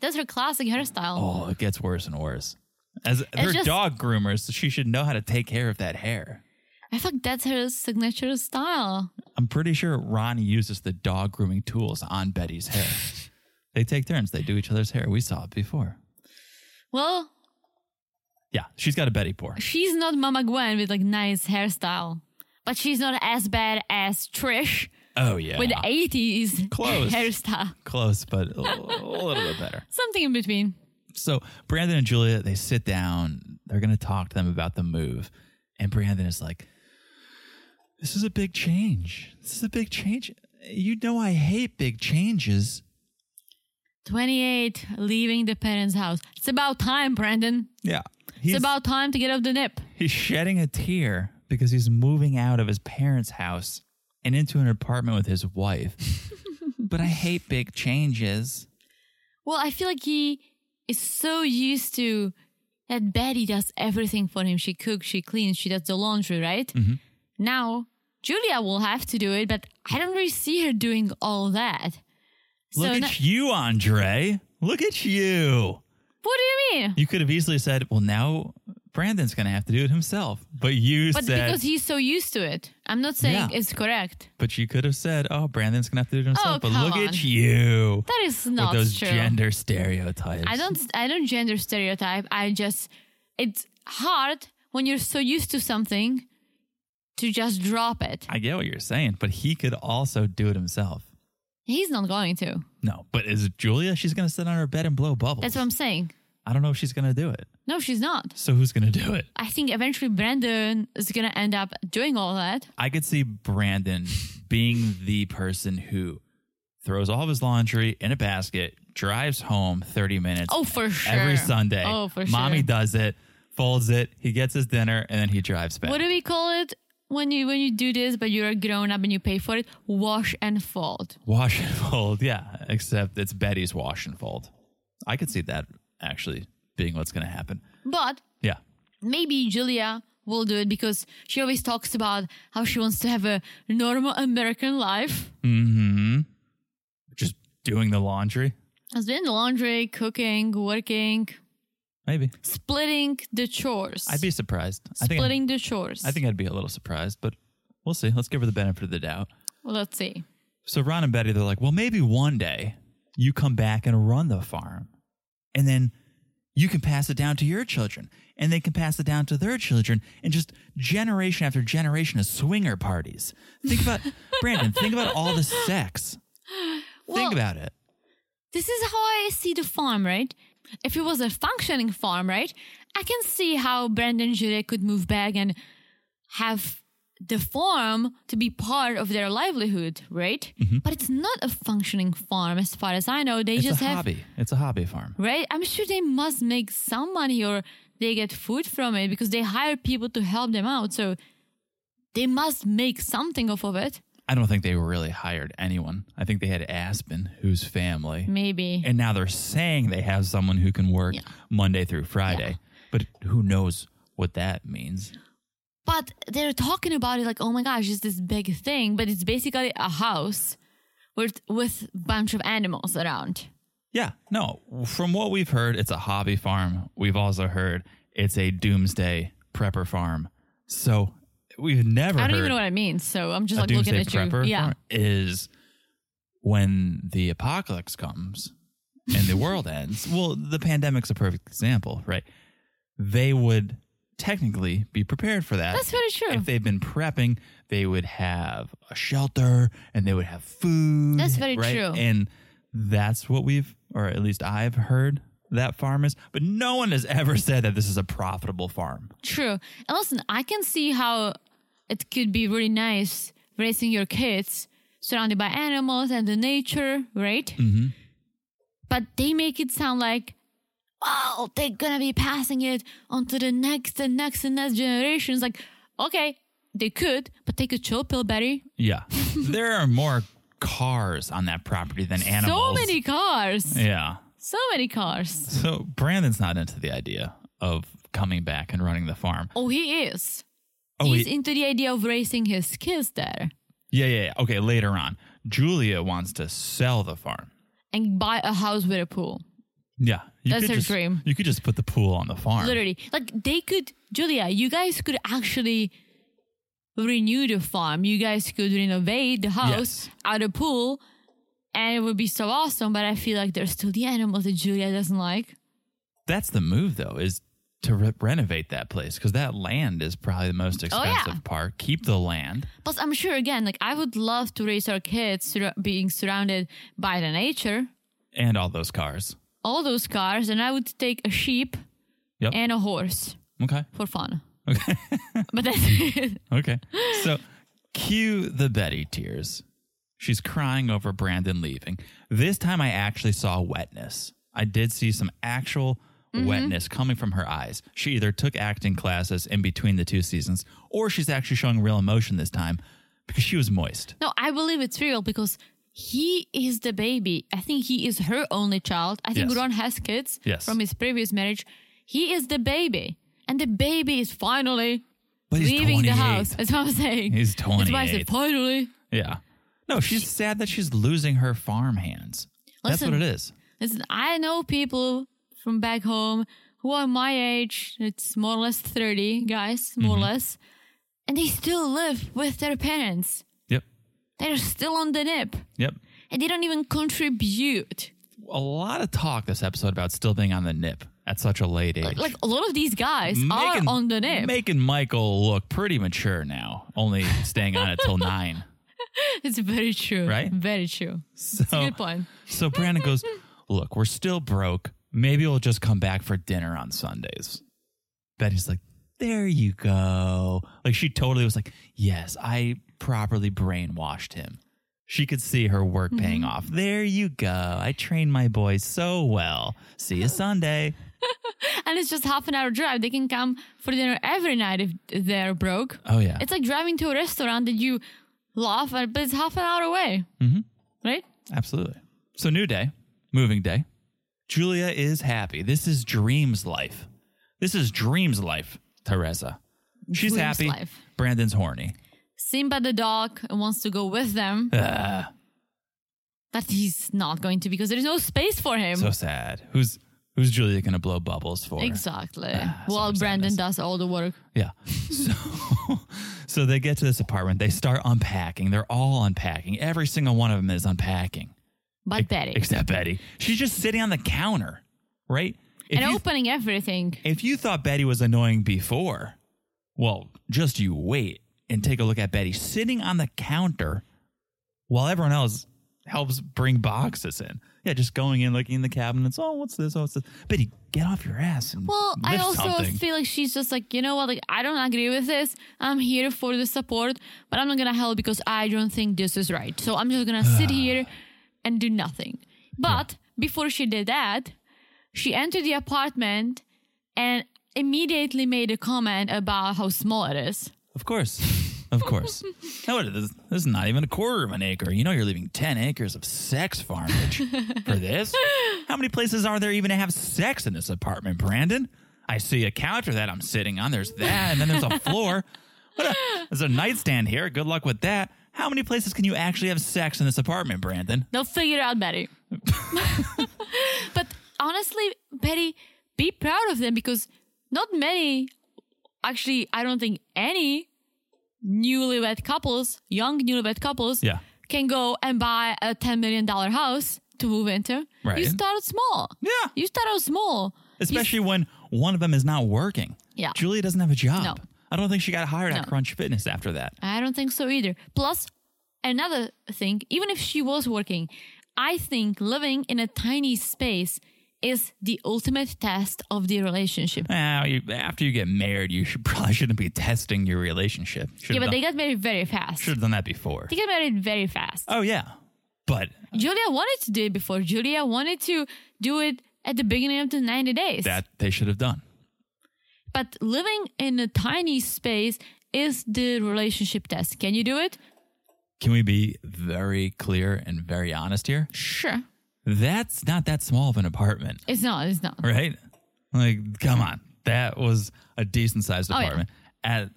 That's her classic hairstyle.
Oh, it gets worse and worse. As her
just-
dog groomers, she should know how to take care of that hair.
I think that's her signature style.
I'm pretty sure Ron uses the dog grooming tools on Betty's
(laughs)
hair. they take turns. They do each other's hair. We saw it before.
Well,
Yeah, she's got a Betty pour.
she's not Mama Gwen with like nice hairstyle, but she's not as bad as Trish
Oh yeah,
with 80s
Close.
(laughs) hairstyle.
close, but a a little bit better.
Something in between.
So Brandon and Julia, they sit down. They're going to talk to them about the move. And Brandon is like, This is a big change. This is a big change. You know, I hate big changes.
28, leaving the parents' house. It's about time, Brandon.
Yeah.
It's
He's,
about time to get off the nip.
he's shedding a tear because he's moving out of his parents' house and into an apartment with his wife.
(laughs)
but I hate big changes.
Well, I feel like he is so used to that Betty does everything for him. She cooks, she cleans, she does the laundry, right?
Mm-hmm.
Now, Julia will have to do it, but I don't really see her doing all that.
Look
so,
at
no-
you, Andre. Look at you.
what do you mean?
You could have easily said, "Well, now Brandon's going to have to do it himself. But you
But
said,
because he's so used to it. I'm not saying
Yeah.
it's correct.
but you could have said, oh, Brandon's going to have to do it himself.
Oh,
but
come
look
on.
at you
That is not
with those
true.
gender stereotypes.
I don't I don't gender stereotype. I just it's hard when you're so used to something to just drop it.
I get what you're saying, but he could also do it himself.
He's not going to.
No, but is Julia? She's going to sit on her bed and blow bubbles.
That's what I'm saying.
I don't know if she's going to do it.
No, she's not.
So who's going to do it?
I think eventually Brandon is gonna end up doing all that.
I could see
(laughs)
Brandon being the person who throws all of his laundry in a basket, drives home 30 minutes
Oh, for sure.
every Sunday.
Oh, for sure.
Mommy does it, folds it, he gets his dinner, and then he drives back.
What do we call it when you when you do this, but you're a grown up and you pay for it? Wash and fold.
wash and fold. Yeah, except it's Betty's wash and fold. I could see that actually being what's going to happen.
But
Yeah.
maybe Julia will do it because she always talks about how she wants to have a normal American life.
Mm-hmm. Just doing the laundry.
Has been laundry, cooking, working,
Maybe.
splitting the chores.
I'd be surprised. I think
splitting the chores.
I think I'd be a little surprised, but we'll see. Let's give her the benefit of the doubt.
Well, let's see.
So Ron and Betty, they're like, well, maybe one day you come back and run the farm, and then you can pass it down to your children, and they can pass it down to their children, and just generation after generation of swinger parties. Think
(laughs)
about Brandon. Think about all the sex.
Well-
think about it.
This is how I see the farm, right? If it was a functioning farm, right? I can see how Brandon Jure could move back and have the farm to be part of their livelihood, right? But it's not a functioning farm as far as I know.
Mm-hmm.
They
It's
just
a
have
hobby. It's a hobby farm.
right? I'm sure they must make some money or they get food from it because they hire people to help them out. So they must make something off of it.
I don't think they really hired anyone. I think they had Aspen, whose family.
Mm. Maybe.
and now they're saying they have someone who can work Monday through Friday, but who knows what that means?
But they're talking about it like, oh my gosh, it's this big thing. But it's basically a house with with bunch of animals around.
Yeah, no. From what we've heard, it's a hobby farm. We've also heard it's a doomsday prepper farm. So we've never.
I don't
heard
even know what it means. So I'm just
a
like looking
doomsday
at you.
prepper
yeah.
farm is when the apocalypse comes and the world ends. Well, the pandemic's a perfect example, right? They would technically be prepared for that.
That's very true.
If they've been prepping, they would have a shelter and they would have food.
That's very
right?
true.
And that's what we've, or at least I've heard that farm is. But no one has ever said that this is a profitable farm.
True. And listen, I can see how it could be really nice raising your kids surrounded by animals and the nature, right? Mm-hmm. But they make it sound like, oh, they're gonna be passing it on to the next and next and next generations. Like, okay, they could, but take a chill pill, Betty.
Yeah. (laughs) there are more cars on that property than animals.
So many cars.
Yeah.
So many cars.
So Brandon's not into the idea of coming back and running the farm.
Oh, he is.
Oh,
He's
he-
into the idea of raising his kids there
yeah, yeah, yeah. Okay, later on. Julia wants to sell the farm.
and buy a house with a pool.
Yeah. You
That's
could
her
just-
dream.
You could just put the pool on the farm.
Literally. Like they could Julia, you guys could actually renew the farm. You guys could renovate the house,
Yes.
add a pool, and it would be so awesome. But I feel like there's still the animals that Julia doesn't like.
That's the move, though, is to re- renovate that place because that land is probably the most
Oh, yeah.
expensive part. Keep the land.
Plus, I'm sure again, like I would love to raise our kids sur- being surrounded by the nature,
And all those cars.
all those cars, and I would take a sheep
Yep.
and a horse
Okay.
for fun.
Okay. (laughs)
But that's it. (gasps)
Okay. So cue the Betty tears. She's crying over Brandon leaving. This time I actually saw wetness. I did see some actual
Mm-hmm.
wetness coming from her eyes. She either took acting classes in between the two seasons or she's actually showing real emotion this time because she was moist.
No, I believe it's real because he is the baby. I think he is her only child. I think
Yes.
Ron has kids
Yes.
from his previous marriage. He is the baby. And the baby is finally
But he's
leaving the
28.
house. That's what I'm saying.
He's
That's why I said
28.
finally.
Yeah. No, she's sad that she's losing her farm hands. That's
Listen.
what it is.
Listen, I know people from back home who who are my age, it's more or less 30 guys, more
Mm-hmm.
or less, and they still live with their parents.
Yep.
They're still on the nip
Yep.
and they don't even contribute.
A lot of talk this episode about still being on the nip at such a late age.
Like a lot of these guys are on the nip.
Making Michael look pretty mature now, only staying on it till (laughs) nine.
it's very true.
Right? Oh.
Very true.
So,
It's a good point.
so Brandon goes, Look, we're still broke. Maybe we'll just come back for dinner on Sundays. Betty's like, There you go. Like, she totally was like, Yes, I properly brainwashed him. She could see her work
Mm-hmm.
paying off. There you go. I trained my boys so well. See you Sunday.
And it's just half an hour drive. They can come for dinner every night if they're broke.
Oh, yeah.
It's like driving to a restaurant that you love, uh, but it's half an hour away. Mm-hmm. Right?
Absolutely. So, new day, moving day. Julia is happy. This is dreams life. This is dreams life, Teresa. She's
Dreams
happy.
life.
Brandon's horny.
Simba the dog wants to go with them,
Ugh,
but he's not going to because there's no space for him.
so sad. Who's who's Julia gonna blow bubbles for?
exactly.
Ah, so
well,
much
Brandon
sadness.
does all the work.
Yeah. So (laughs) so they get to this apartment. They start unpacking. They're all unpacking. Every single one of them is unpacking.
But Betty.
Except Betty. She's just sitting on the counter, right? If
and
you-
opening everything.
If you thought Betty was annoying before, well, just you wait and take a look at Betty sitting on the counter while everyone else helps bring boxes in. Yeah, just going in, looking in the cabinets. Oh, what's this? Oh, what's this? Betty, get off your ass and
Well, I
lift
also
something.
feel like she's just like, you know what, like I don't agree with this. I'm here for the support, but I'm not gonna help because I don't think this is right. So I'm just gonna sit here and do nothing. But before she did that, she entered the apartment and immediately made a comment about how small it is.
of course, of
(laughs)
course. no, it is- this is not even a quarter of an acre. You know, you're leaving ten acres of sex farmage for
(laughs)
this. How many places are there even to have sex in this apartment, Brandon? I see a couch or that I'm sitting on. There's that, and then there's
(laughs)
a floor. What a, there's a nightstand here. Good luck with that. How many places can you actually have sex in this apartment, Brandon?
They'll figure it out,
(laughs)
Betty. but honestly, Betty, be proud of them because not many, actually, I don't think any newlywed couples, young newlywed couples,
Yeah.
can go and buy a $10 million house to move into.
Right.
You start small.
Yeah.
You start out small. You
Especially when one of them is not working.
Yeah.
Julia doesn't have a job.
No.
I don't think she got hired at
No.
Crunch Fitness after that.
I don't think so either. Plus, another thing, even if she was working, I think living in a tiny space is the ultimate test of the relationship.
Now, you, after you get married, you should (laughs) probably shouldn't be testing your relationship. Should
Yeah,
have
but they
done,
got married very fast.
should have done that before.
They got married very fast.
Oh yeah, but
Julia wanted to do it before. Julia wanted to do it at the beginning of the 90 days.
that they should have done.
but living in a tiny space is the relationship test. Can you do it?
Can we be very clear and very honest here?
Sure.
That's not that small of an apartment,
It's not. It's not.
right? Like, come on, that was a decent sized
Oh, yeah.
apartment at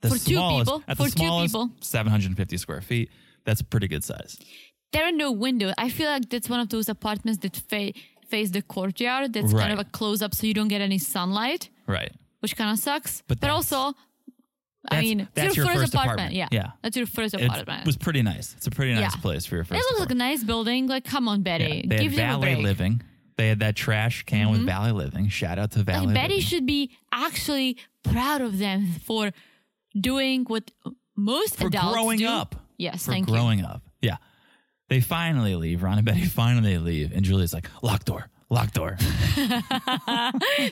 the
For two
smallest.
people,
at
for
the
two
smallest,
people.
seven hundred and fifty square feet. That's a pretty good size.
There are no windows. I feel like that's one of those apartments that fa- face the courtyard. That's
Right.
kind of a close up, so you don't get any sunlight,
Right.
which kind of sucks.
But that's-
also, I
that's-
mean, it's
that's
your,
your
first
first
apartment.
apartment.
Yeah.
Yeah.
That's your first apartment.
It was pretty nice. It's a pretty nice
Yeah.
place for your first.
It looks
apartment.
like a nice building. Like, come on, Betty.
Yeah, They
Give
had
them a
Valley
break.
Living. They had that trash can with Valley Living. Shout out to Valley
Like, Betty
Living.
should be actually proud of them for doing what most
for
adults
growing
do.
up.
Yes,
for
thank you.
growing up. Yeah. They finally leave. Ron and Betty (laughs) finally leave. And Julia's like, lock door, lock
(laughs)
door.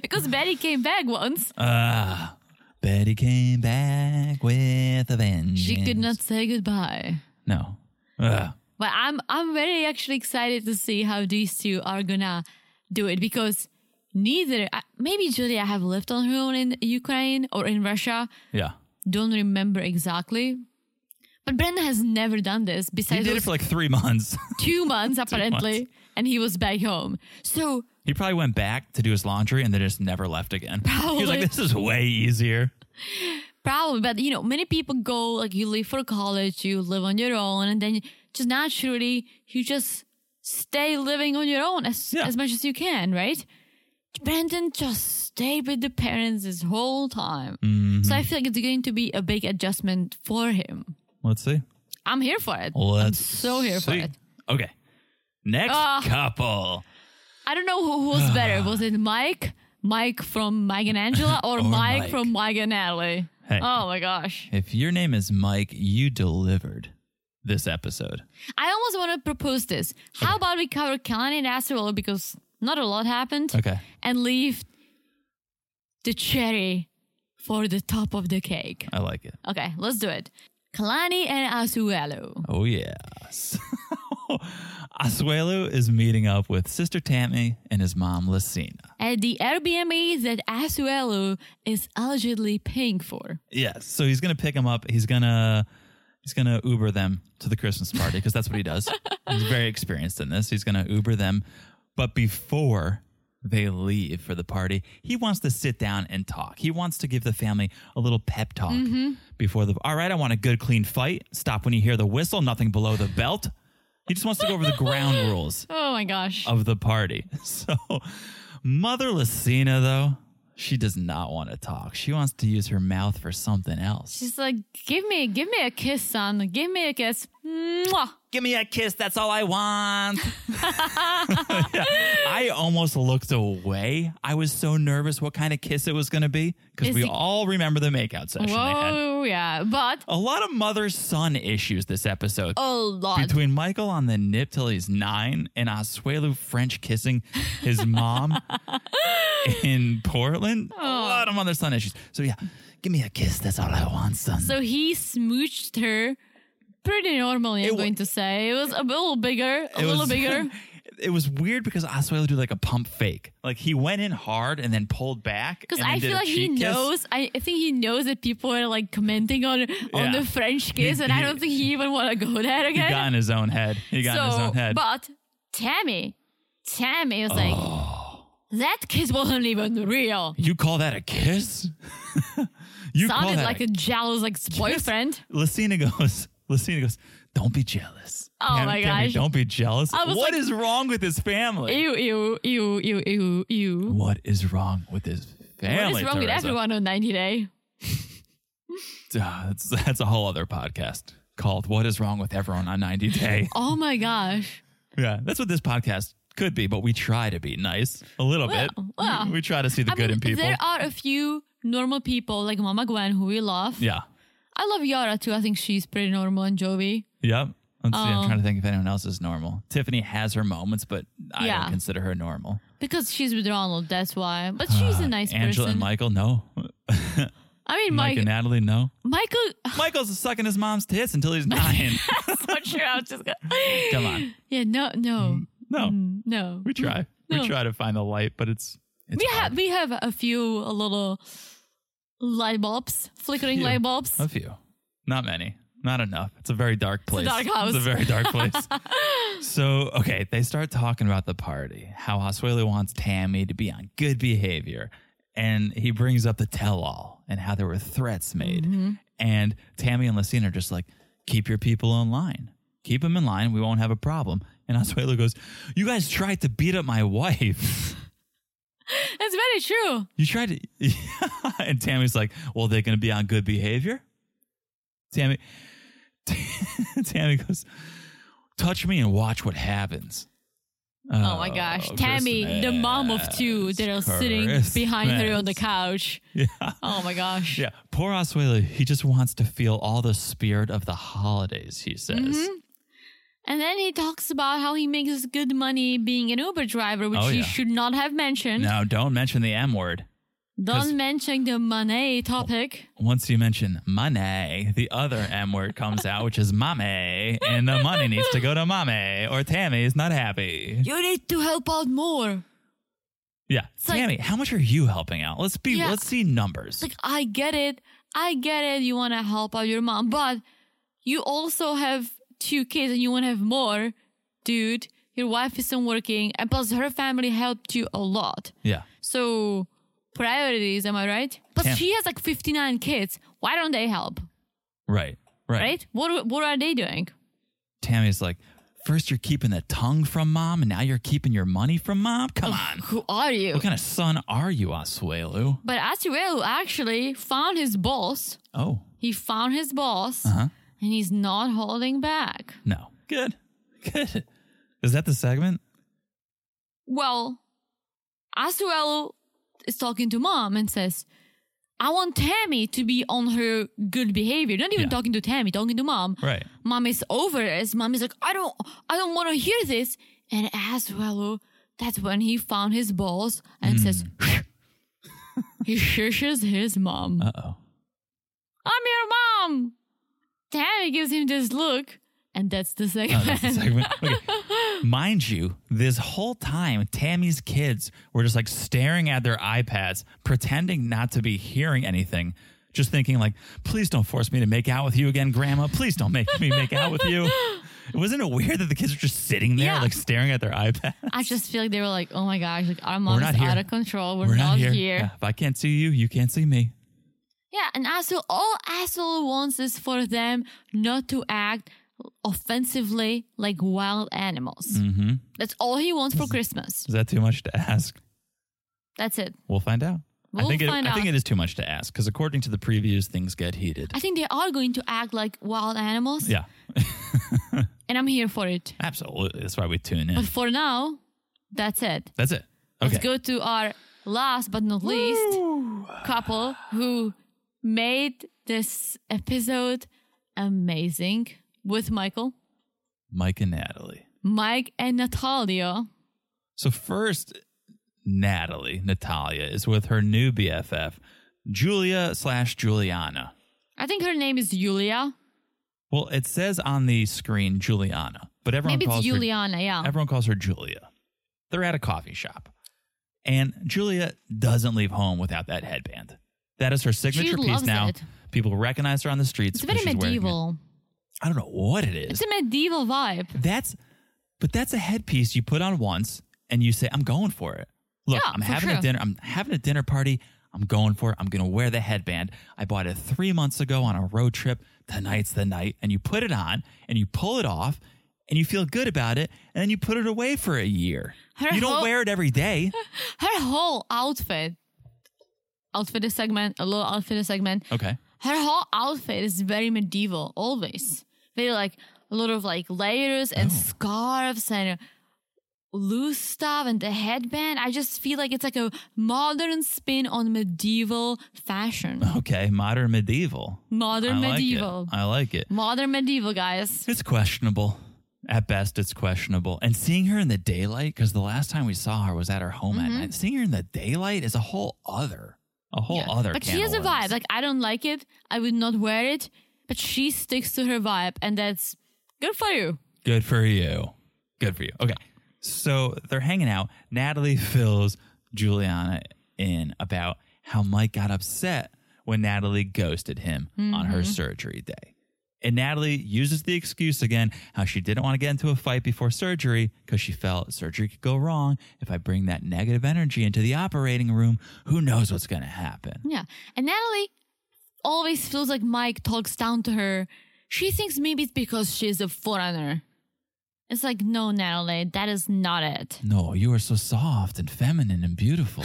Because Betty came back once.
Ah. Betty came back with a vengeance.
she could not say goodbye.
No. Ugh.
But I'm I'm very actually excited to see how these two are gonna do it because neither I- maybe Julia have lived on her own in Ukraine or in Russia.
Yeah.
Don't remember exactly. But Brenda has never done this
He
besides
did it
those
for like three months. (laughs)
(laughs) two months apparently, and he was back home. So
he probably went back to do his laundry and then just never left again. He was
Probably.
like, this is way easier.
probably, but you know, many people go like you leave for college, you live on your own, and then just naturally you just stay living on your own as
Yeah.
as much as you can, right? Brandon just stayed with the parents this whole time. So I feel like it's going to be a big adjustment for him.
Let's see.
I'm here for it.
Let's
I'm so here for
see.
it.
Okay. Next
Ah.
couple.
I don't know who was better. Was it Mike? Mike from Mike and Angela or,
Or
Mike,
Mike.
from Mike and Natalie?
Hey.
Oh my gosh.
If your name is Mike, you delivered this episode.
I almost want to propose this. How about we cover Kalani and Astrola because not a lot happened
Okay.
and leave the cherry for the top of the cake.
I like it.
Okay, let's do it. Kalani and Asuelo.
Oh, yes. (laughs) Asuelu is meeting up with Sister Tammy and his mom, Lucina.
At the Airbnb that Asuelo is allegedly paying for.
Yes. So he's going to pick him up. He's going to. He's gonna Uber them to the Christmas party because that's what he does. he's very experienced in this. He's gonna Uber them, but before they leave for the party, he wants to sit down and talk. He wants to give the family a little pep talk before the. All right, I want a good, clean fight. Stop when you hear the whistle. Nothing below the belt. He just wants to go over the ground rules.
Oh my gosh.
of the party. (laughs) So, Mother Lucina, though, she does not want to talk. She wants to use her mouth for something else.
She's like, give me, give me a kiss, son. Give me a kiss. Mwah.
Give me a kiss. That's all I want. Yeah, (laughs) I almost looked away. I was so nervous what kind of kiss it was going to be because
Is
we
it-
all remember the makeout session they had.
Whoa, yeah. But
A lot of mother son issues this episode.
a lot.
Between Michael on the nip till he's nine and Asuelu French kissing his
(laughs)
mom in Portland,
Oh.
a lot of mother son issues. So, yeah, give me a kiss. That's all I want, son.
so he smooched her pretty normally, I'm
wa-
going to say. It was a little bigger, a little bigger.
(laughs) It was weird because Asuelu did like a pump fake. Like he went in hard and then pulled back.
Because
and then
I
did
feel
a
like he
cheek kiss.
knows. I, I think he knows that people are like commenting on on
Yeah.
the French kiss,
He-
and I
he-
don't think he even want to go there
He
again.
got in his own head. He got in his own head. Oh.
But Tammy, Tammy was like, that kiss wasn't even real.
(gasps) you call that a kiss? (laughs) you call
Sounded
that
like a jealous like boyfriend.
Lucina goes, (laughs) Lucina goes, don't be jealous.
Oh
Tammy,
my
Tammy,
gosh.
don't be jealous.
I
What
was
is
like-
wrong with this family?
Ew, ew, ew, ew, ew, ew.
What is wrong with this
What
family?
is wrong with
Teresa?
everyone on 90 Day?
Ah, That's, that's a whole other podcast called What is Wrong with Everyone on 90
(laughs)
Day.
Oh my gosh.
yeah, that's what this podcast could be, but we try to be nice a little
Well,
bit.
well.
we try to see the
I
good
mean,
in people.
there are a few normal people like Mama Gwen who we love.
yeah.
I love Yara too. I think she's pretty normal and Jovi.
Yep. Let's see. I'm
Oh.
trying to think if anyone else is normal. Tiffany has her moments, but I
Yeah.
don't consider her normal.
Because she's with Ronald, that's why. But she's
Uh,
a nice
Angela
person.
and Michael, no.
I
Mike
mean, Mike,
and Natalie, no.
Michael. (laughs)
Michael's sucking his mom's tits until he's nine.
That's not true. I'm just gonna.
Come on.
Yeah, no, no,
No,
Mm, no.
we try.
No.
We try to find the light, but it's. it's
We
hard.
have we have a few a little light bulbs, flickering
Few.
light bulbs.
a few. Not many. Not enough. It's a very dark place.
dark house.
It's a very dark
(laughs)
place. so, okay, they start talking about the party, how Oswego wants Tammy to be on good behavior. And he brings up the tell all and how there were threats made.
Mm-hmm.
And Tammy and Lucina are just like, keep your people in line. Keep them in line. We won't have a problem. And Oswego goes, You guys tried to beat up my wife.
That's very true.
You tried to. (laughs) and Tammy's like, well, they're going to be on good behavior. Tammy, (laughs) Tammy goes, touch me and watch what happens.
Oh, my gosh, Tammy, the mom of two that are sitting behind her on the couch.
(laughs) Yeah.
Oh my gosh.
Yeah. Poor Oswego, he just wants to feel all the spirit of the holidays, he says.
Mm-hmm. And then he talks about how he makes good money being an Uber driver, which
Oh,
he
yeah.
should not have mentioned.
No, don't mention the M word.
Don't mention the money topic.
Once you mention money, the other M word comes out, which is mommy, and the money needs to go to mommy, or Tammy's not happy.
You need to help out more.
Yeah,
like-
Tammy, how much are you helping out? Let's be,
Yeah.
let's see numbers.
It's like, I get it. I get it. You want to help out your mom, but you also have two kids and you want to have more, dude. Your wife isn't working, and plus her family helped you a lot.
yeah,
So priorities, am I right? But
Yeah.
she has like 59 kids. Why don't they help?
right, right,
Right? What what are they doing?
Tammy's like, First, you're keeping the tongue from mom, and now you're keeping your money from mom. Come on.
Who are you?
What kind of son are you, Asuelu?
But Asuelu actually found his boss.
Oh,
He found his boss,
Uh-huh.
and he's not holding back.
no. Good. (laughs) Good. Is that the segment?
Well, Asuelu is talking to mom and says, I want Tammy to be on her good behavior. Not even
Yeah.
talking to Tammy, talking to mom.
Right.
Mom is over it. Mom is like, I don't I don't want to hear this. And Asuelu, that's when he found his balls
Hmm.
and says, (laughs) he shushes his mom.
Uh oh.
I'm your mom. Tammy gives him this look, and that's
(laughs)
the
Oh,
segment.
that's the segment. Okay. Mind you, this whole time, Tammy's kids were just like staring at their iPads, pretending not to be hearing anything, just thinking like, please don't force me to make out with you again, Grandma. Please don't make me make out with you. Wasn't it weird that the kids were just sitting there,
Yeah.
like staring at their iPad?
(laughs)
(laughs)
I just feel like they were like, oh my gosh, like our mom
not
is
here.
out of control. We're, not, here.
Yeah, if I can't see you, you can't see me.
Yeah, and also all asshole wants is for them not to act offensively like wild animals.
Mm-hmm.
That's all he wants for Christmas.
Is that too much to ask?
That's it.
We'll find out. I
We'll
think it,
find
I think it
out.
is too much to ask because according to the previews, things get heated.
I think they are going to act like wild animals,
yeah,
and I'm here for it.
absolutely. That's why we tune
But
in.
for now, that's it.
That's it. Okay.
Let's go to our last but not least couple who made this episode amazing with Michael,
Mike and Natalie.
Mike, and Natalia.
So first, Natalie, Natalia is with her new BFF, Julia slash Juliana.
I think her name is Julia.
Well, it says on the screen Juliana, but everyone
Maybe it's
calls her
Juliana, yeah.
Everyone calls her Julia. They're at a coffee shop. And Julia doesn't leave home without that headband. That is her signature piece
loves
now.
it.
People recognize her on the streets.
it's very
because she's wearing it.
medieval.
I don't know what it
It's
is.
a medieval vibe.
that's but that's a headpiece you put on once and you say, I'm going for it. Look,
Yeah,
I'm
for
having a
sure.
dinner, I'm having a dinner party. I'm going for it. I'm gonna wear the headband. I bought it three months ago on a road trip. Tonight's the night. And you put it on and you pull it off and you feel good about it, and then you put it away for a year.
Her
you don't
whole-
wear it every
(laughs)
day.
Her whole outfit, outfit is segment, a little outfit is segment.
Okay.
Her whole outfit is very medieval, always. Very like a lot of like layers and
Oh.
scarves and loose stuff and the headband. I just feel like it's like a modern spin on medieval fashion.
Okay. Modern medieval.
Modern
Uh, I
medieval.
Like it. I like it.
Modern medieval, guys.
It's questionable. At best, it's questionable. And seeing her in the daylight, because the last time we saw her was at her home
Mm-hmm.
at night. Seeing her in the daylight is a whole other, a whole
Yeah.
other.
But
can
she has
of
a
worms.
vibe. Like I don't like it. I would not wear it. But she sticks to her vibe, and that's good for you.
Good for you. Good for you. Okay. So they're hanging out. Natalie fills Juliana in about how Mike got upset when Natalie ghosted him on her
Mm-hmm.
surgery day. And Natalie uses the excuse again how she didn't want to get into a fight before surgery because she felt surgery could go wrong. If I bring that negative energy into the operating room, who knows what's going to happen?
Yeah. And Natalie always feels like Mike talks down to her. She thinks maybe it's because she's a foreigner. It's like, no, Natalie, that is not it. (laughs)
No, you are so soft and feminine and beautiful.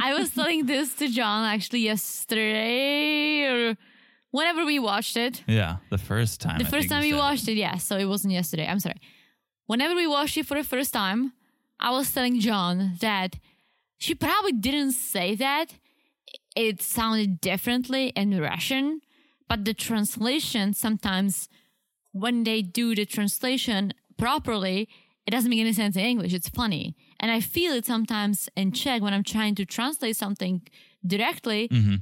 I was telling this to John actually yesterday or whenever we watched it.
yeah, the first time.
The
I
first
think you said
time we
it.
watched it, yeah. So it wasn't yesterday. I'm sorry. Whenever we watched it for the first time, I was telling John that she probably didn't say that. It sounded differently in Russian, but the translation sometimes, when they do the translation properly, it doesn't make any sense in English. It's funny. And I feel it sometimes in Czech when I'm trying to translate something directly.
Mm-hmm.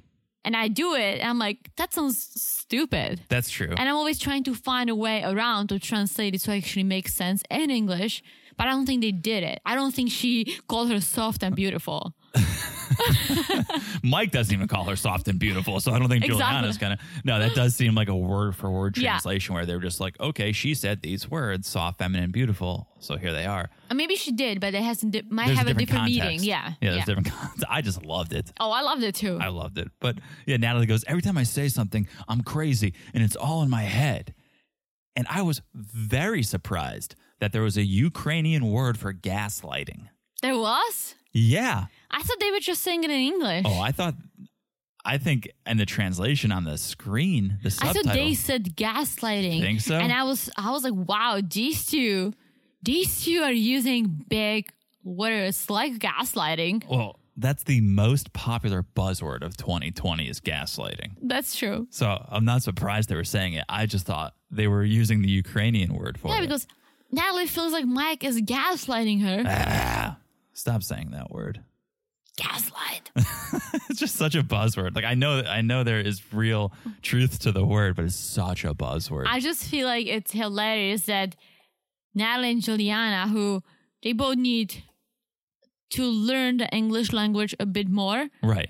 And I do it, and I'm like, that sounds stupid.
That's true.
And I'm always trying to find a way around to translate it to actually make sense in English. But I don't think they did it. I don't think she called her soft and beautiful.
Mike doesn't even call her soft and beautiful, so I don't think
Exactly.
Juliana's gonna. No, that does seem like a word for word
Yeah.
translation where they're just like, okay, she said these words, soft, feminine, beautiful, so here they are.
Uh, Maybe she did, but it has di- might
There's
have
a different, context.
meaning. Yeah.
yeah, there's different (laughs) context. I just loved it.
Oh, I loved it too.
I loved it. But yeah, Natalie goes, every time I say something, I'm crazy and it's all in my head. And I was very surprised that there was a Ukrainian word for gaslighting.
There was?
Yeah.
I thought they were just saying it in English.
Oh, I thought, I think, and the translation on the screen, the
I
subtitle.
thought they said gaslighting.
Think so?
And I was I was like, wow, these two these two are using big words like gaslighting.
well, that's the most popular buzzword of 2020 is gaslighting.
That's true.
So I'm not surprised they were saying it. I just thought they were using the Ukrainian word for
Yeah,
it.
because Natalie feels like Mike is gaslighting her.
Ah, stop saying that word. (laughs)
Gaslight.
It's just such a buzzword. Like I know, I know there is real truth to the word, but it's such a buzzword.
I just feel like it's hilarious that Natalie and Juliana, who they both need to learn the English language a bit more,
right.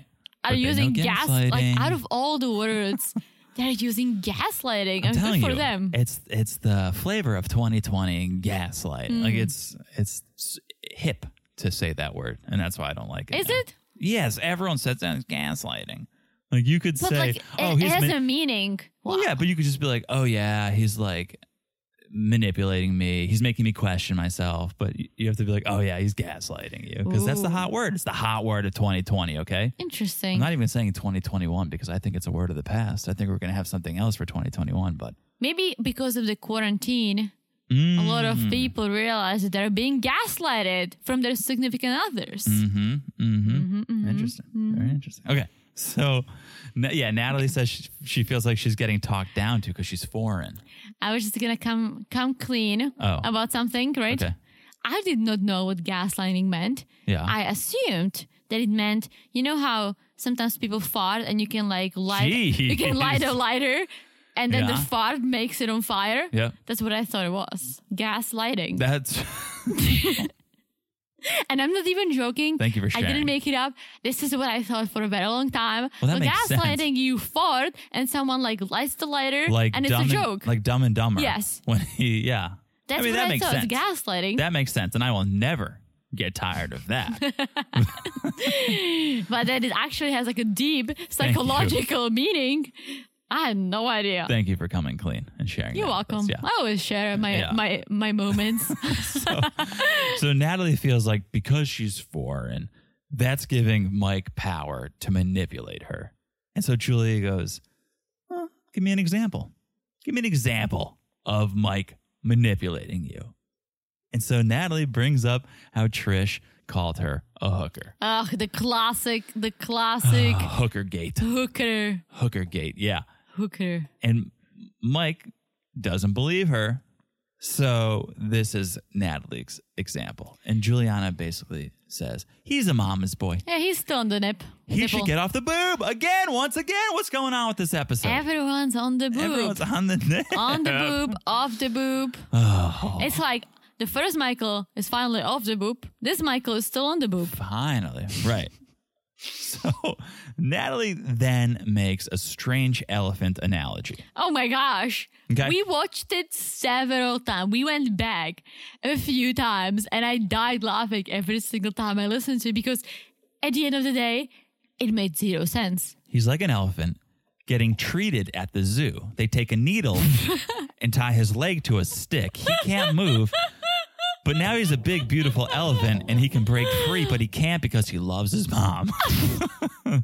But
are
they know
using gas like
gaslighting.
out of all the
(laughs)
words, they're using gaslighting.
I'm
and
telling
good for
you,
them.
it's it's the flavor of 2020 gaslight. Like
Mm.
it's it's s- hip to say that word, and that's why I don't like it.
Is
now.
it?
Yes, everyone says that it's gaslighting. Like you could
But
say,
like it,
oh,
it
he's
has
ma-
a meaning.
Well,
Wow.
yeah, but you could just be like, oh yeah, he's like manipulating me. He's making me question myself. But y- you have to be like, oh yeah, he's gaslighting you because that's the
Ooh.
hot word. It's the hot word of 2020. Okay, I'm
Interesting.
not even saying 2021 because I think it's a word of the past. I think we're gonna have something else for 2021. But
Maybe because of the quarantine, a lot of
Mm.
people realize that they're being gaslighted from their significant others.
hmm
Mm-hmm,
interesting, very interesting. Okay, so na- yeah, Natalie says she, she feels like she's getting talked down to because she's foreign.
I was just gonna come come clean
Oh.
about something, right?
Okay.
I did not know what gaslighting meant.
Yeah.
I assumed that it meant you know how sometimes people fart and you can like light you can light a
Jeez.
lighter and then the
Yeah.
fart makes it on fire.
Yeah.
That's what I thought it was. Gaslighting.
That's
and I'm not even joking.
Thank you for
I
sharing.
didn't make it up. This is what I thought for a very long time.
Well, that
so
makes sense.
gaslighting, you fart and someone like lights the lighter
like
(laughs) and it's
dumb
a
and-
joke.
like Dumb and Dumber.
Yes.
(laughs) When he, yeah.
That's
I mean,
what
that
I
makes
thought.
sense.
It's gaslighting.
that makes sense, and I will never get tired of that.
(laughs) but that it actually has like a deep
you.
psychological meaning. I had no idea.
Thank you for coming clean and sharing.
You're
that with us.
welcome. I always share my
Yeah.
my
(laughs)
my moments. (laughs)
Yeah. So Natalie feels like because she's foreign, that's giving Mike power to manipulate her, and so Julia goes, well, "Give me an example. Give me an example of Mike manipulating you." And so Natalie brings up how Trish called her a hooker.
Ugh, the classic, the classic
(sighs) hooker gate.
hooker,
Hooker Gate, yeah.
hooker.
And Mike doesn't believe her. So this is Natalie's example. And Juliana basically says, he's a mama's boy.
Yeah, he's still on the nip.
He
nipple.
should get off the boob again, once again. What's going on with this episode?
Everyone's on the boob.
Everyone's on the net.
(laughs) on the boob, off the boob.
(laughs) Oh,
It's like the first Michael is finally off the boob. This Michael is still on the boob.
finally. Right. (laughs) so Natalie then makes a strange elephant analogy.
Oh my gosh.
Okay.
We watched it several times. We went back a few times and I died laughing every single time I listened to it because at the end of the day, it made zero sense.
He's like an elephant getting treated at the zoo. They take a
(laughs)
needle and tie his leg to a stick. He can't move. But now he's a big, beautiful elephant and he can break free, but he can't because he loves his mom. (laughs) wait,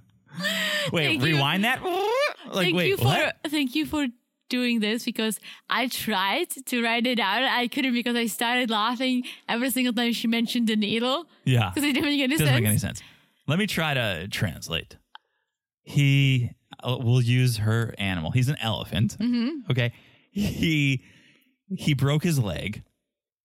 Thank you.
rewind that. Like,
thank
wait,
you for
what?
thank you for doing this because I tried to write it out. I couldn't because I started laughing every single time she mentioned the needle.
Yeah.
Because it didn't make any
doesn't
sense.
make any sense. Let me try to translate. He uh, will use her animal. He's an elephant.
Mm-hmm.
Okay. He he broke his leg,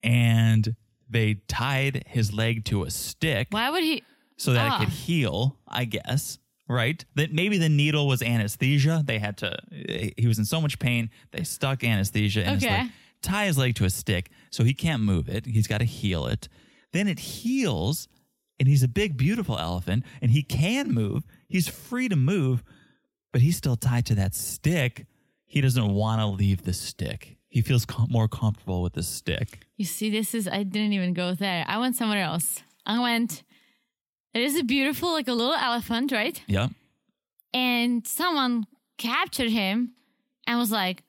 and they tied his leg to a stick
Why would he
so that
Ah.
it could heal. I guess. Right. That maybe the needle was anesthesia. They had to. eh, He was in so much pain. They stuck anesthesia in his
Okay.
leg. Tie his leg to a stick so he can't move it. He's got to heal it. Then it heals, and he's a big, beautiful elephant, and he can move. He's free to move, but he's still tied to that stick. He doesn't want to leave the stick. He feels com- more comfortable with the stick.
You see, this is, I didn't even go there. I went somewhere else. I went, there is a beautiful, like a little elephant, right?
Yep.
And someone captured him and was like,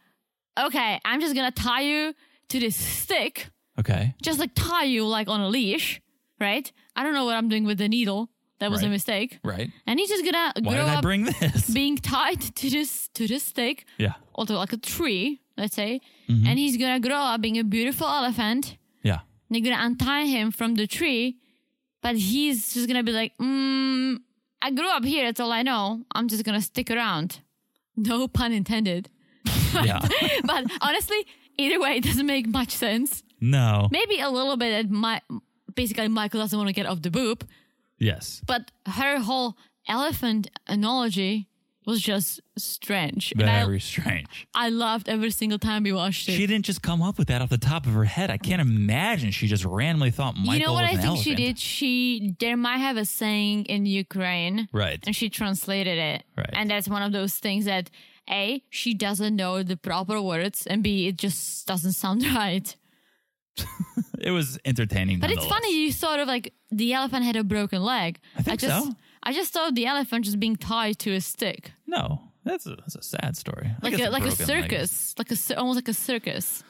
okay, I'm just gonna tie you to this stick,
Okay.
just like tie you like on a leash, right? I don't know what I'm doing with the needle. That was a
Right.
mistake.
Right.
And he's just gonna
Why
grow
did I
up
bring this?
being tied to this to this stick,
Yeah.
or to like a tree, let's say.
Mm-hmm.
And he's gonna grow up being a beautiful elephant.
Yeah.
And they're gonna untie him from the tree, but he's just gonna be like, mm, I grew up here. That's all I know. I'm just gonna stick around. No (laughs) pun intended. (laughs)
Yeah.
but honestly, either way, it doesn't make much sense.
No.
Maybe a little bit that my basically Michael doesn't want to get off the boob,
Yes.
but her whole elephant analogy was just strange. And I,
Very strange.
I loved every single time we watched it.
She didn't just come up with that off the top of her head. I can't imagine she just randomly thought Michael
you know what
was
I
an
think she
elephant.
did? She there might have a saying in Ukraine.
Right.
and she translated it.
Right.
And that's one of those things that A, she doesn't know the proper words, and B, it just doesn't sound (laughs) right.
It was entertaining.
But it's
nonetheless.
funny, you sort of like the elephant had a broken leg. I
think
just
so.
I just saw the elephant just being tied to a stick.
No, that's a, that's a sad story. I
Like
guess
a, like a
broken leg.
circus. Like a cir- almost like a circus.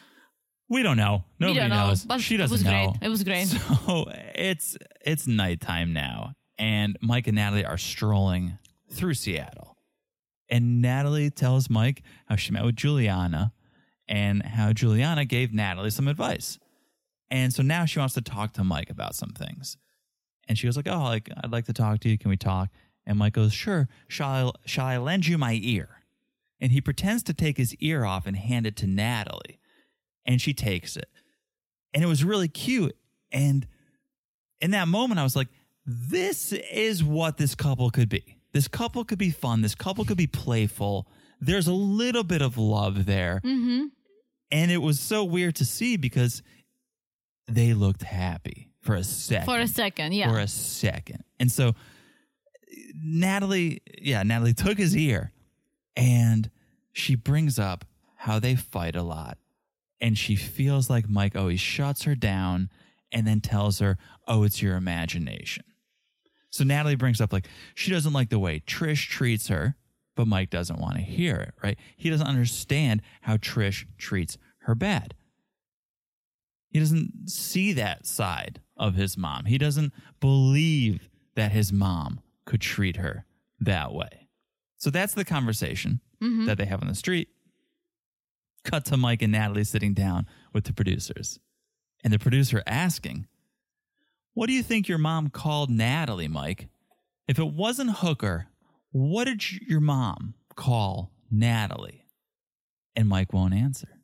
We don't know. Nobody
we don't know.
knows.
But
she
it
doesn't
was
know.
great. It was
(laughs)
great.
So it's it's nighttime now, and Mike and Natalie are strolling through Seattle. And Natalie tells Mike how she met with Juliana and how Juliana gave Natalie some advice. And so now she wants to talk to Mike about some things. And she was like, Oh, like I'd like to talk to you. Can we talk? And Mike goes, Sure, shall I, shall I lend you my ear? And he pretends to take his ear off and hand it to Natalie. And she takes it and it was really cute. And in that moment, I was like, this is what this couple could be. This couple could be fun. This couple could be playful. There's a little bit of love there.
Mm-hmm.
And it was so weird to see because they looked happy for a second.
For a second, yeah.
For a second. And so Natalie, yeah, Natalie took his ear and she brings up how they fight a lot. And she feels like Mike always shuts her down and then tells her, oh, it's your imagination. So Natalie brings up, like, she doesn't like the way Trish treats her, but Mike doesn't want to hear it, right? He doesn't understand how Trish treats her bad. He doesn't see that side of his mom. He doesn't believe that his mom could treat her that way. So that's the conversation
Mhm.
that they have on the street. Cut to Mike and Natalie sitting down with the producers. And the producer asking, What do you think your mom called Natalie, Mike? If it wasn't Hooker, what did y- your mom call Natalie? And Mike won't answer.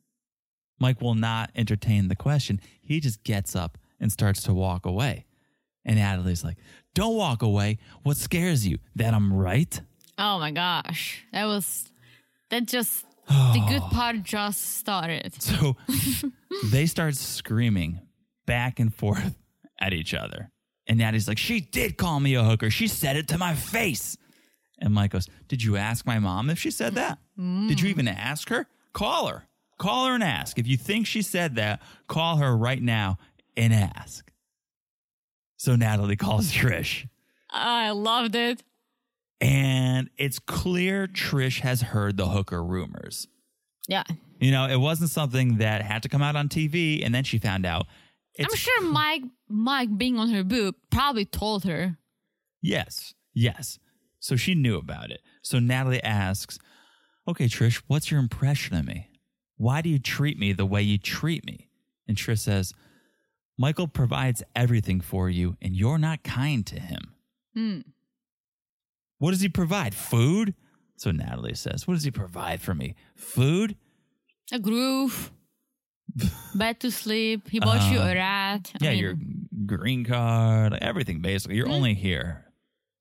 Mike will not entertain the question. He just gets up and starts to walk away. And Natalie's like, Don't walk away. What scares you? That I'm right?
Oh my gosh. That was that just
(sighs)
the good part just started.
So (laughs) they start screaming back and forth at each other. And Natty's like, She did call me a hooker. She said it to my face. And Mike goes, Did you ask my mom if she said that? Did you even ask her? Call her. Call her and ask. If you think she said that, call her right now and ask. So Natalie calls (laughs) Trish.
I loved it.
And it's clear Trish has heard the hooker rumors.
Yeah.
You know, it wasn't something that had to come out on TV, and then she found out. It's,
I'm sure Mike Mike being on her boob probably told her.
Yes, yes. So she knew about it. So Natalie asks, "Okay, Trish, what's your impression of me? Why do you treat me the way you treat me?" And Trish says, "Michael provides everything for you, and you're not kind to him.
Hmm.
What does he provide? Food?" So Natalie says, "What does he provide for me? Food?" (laughs)
A groove. Bed to sleep. He bought you a rat. I
Uh-huh. Yeah,
mean, Hmm.
your green card, everything basically. You're only here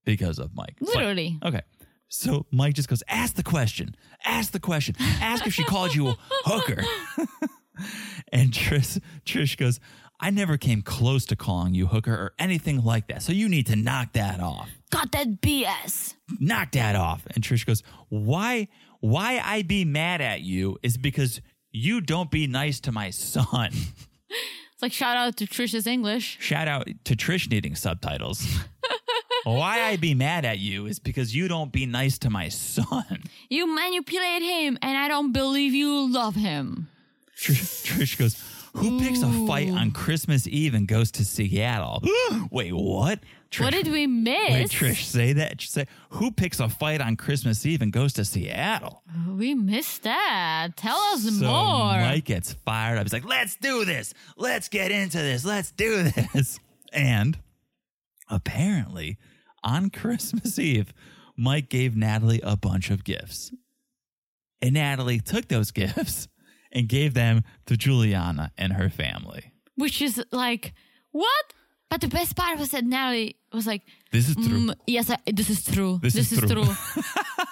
because of Mike. It's like-
literally.
okay. So Mike just goes, ask the question, ask the question, ask if she called you a hooker. (laughs) and Trish, Trish goes, I never came close to calling you hooker or anything like that. So you need to knock that off.
Got that BS.
Knock that off. And Trish goes, why, why I be mad at you is because you don't be nice to my son. (laughs)
It's like shout out to Trisha's English.
Shout out to Trish needing subtitles. (laughs) Why I be mad at you is because you don't be nice to my son.
You manipulate him, and I don't believe you love him.
Trish, Trish (laughs) goes, Who picks a fight on Christmas Eve and goes to
(gasps)
Seattle? Wait, what? Trish,
What did we miss?
Wait, Trish, say that. Say, who picks a fight on Christmas Eve and goes to Seattle?
We missed that. Tell us
So
more.
Mike gets fired up. He's like, let's do this. Let's get into this. Let's do this. (laughs) And apparently, on Christmas Eve, Mike gave Natalie a bunch of gifts. And Natalie took those (laughs) gifts and gave them to Juliana and her family.
Which is like, what? But the best part was that Natalie was like,
This is true.
"Mm, yes, I, this is true. (laughs)
This is true."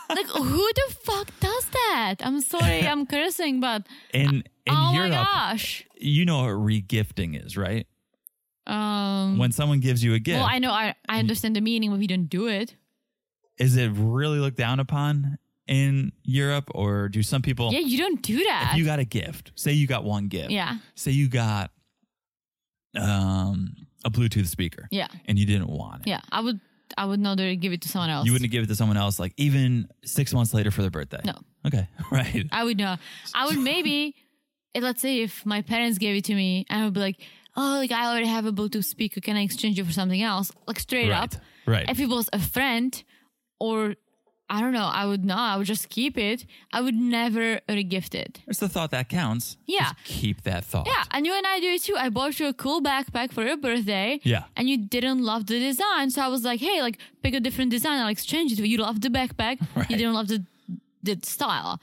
like, who the fuck does that? I'm sorry,
(laughs)
I'm cursing, but
And in
oh
Europe,
my gosh.
you know what regifting is, right?
Um,
When Mm. someone gives you a gift,
Well, I know, I, I understand the meaning, but we don't do it.
is it really looked down upon in Europe, or do some people?
Yeah, you don't do that.
Oh. if you got a gift, say you got one gift.
Yeah.
Say you got um a Bluetooth speaker.
Yeah.
And you didn't want it.
yeah, I would, I would not give it to someone else.
You wouldn't give it to someone else like even six months later for their birthday.
No.
Okay. (laughs) Right.
I would know. I would maybe, eh, let's say, if my parents gave it to me, I would be like, "Oh, like I already have a Bluetooth speaker. Can I exchange it for something else?" Like straight
right.
up.
Right.
If it was a friend, or I don't know, I would not. I would just keep it. I would never regift it.
There's the thought that counts.
Yeah.
Just keep that thought.
Yeah, and you and I do it too. I bought you a cool backpack for your birthday.
Yeah.
And you didn't love the design. So I was like, hey, like pick a different design. I'll exchange it. You loved the backpack.
(laughs) Right.
You didn't love the, the style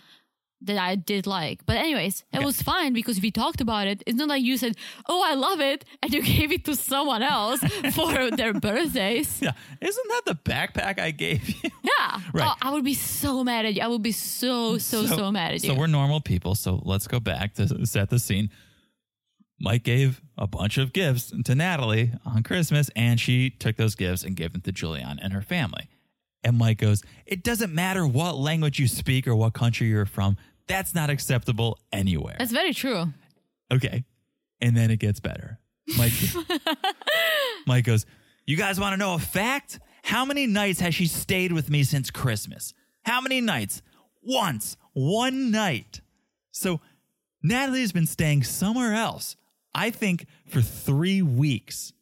that I did like. But anyways, it was fine because we talked about it. It's not like you said, oh, I love it. And you (laughs) gave it to someone else for their birthdays.
Yeah. Isn't that the backpack I gave you?
Yeah.
Right.
Oh, I would be so mad at you. I would be so, (laughs) so, so, mad at you.
So we're normal people. So let's go back to set the scene. Mike gave a bunch of gifts to Natalie on Christmas, and she took those gifts and gave them to Julian and her family. And Mike goes, It doesn't matter what language you speak or what country you're from, that's not acceptable anywhere.
That's very true.
okay. And then it gets better. Mike, Mike goes, You guys want to know a fact? How many nights has she stayed with me since Christmas? How many nights? Once, one night. So Natalie's been staying somewhere else, I think, for three weeks.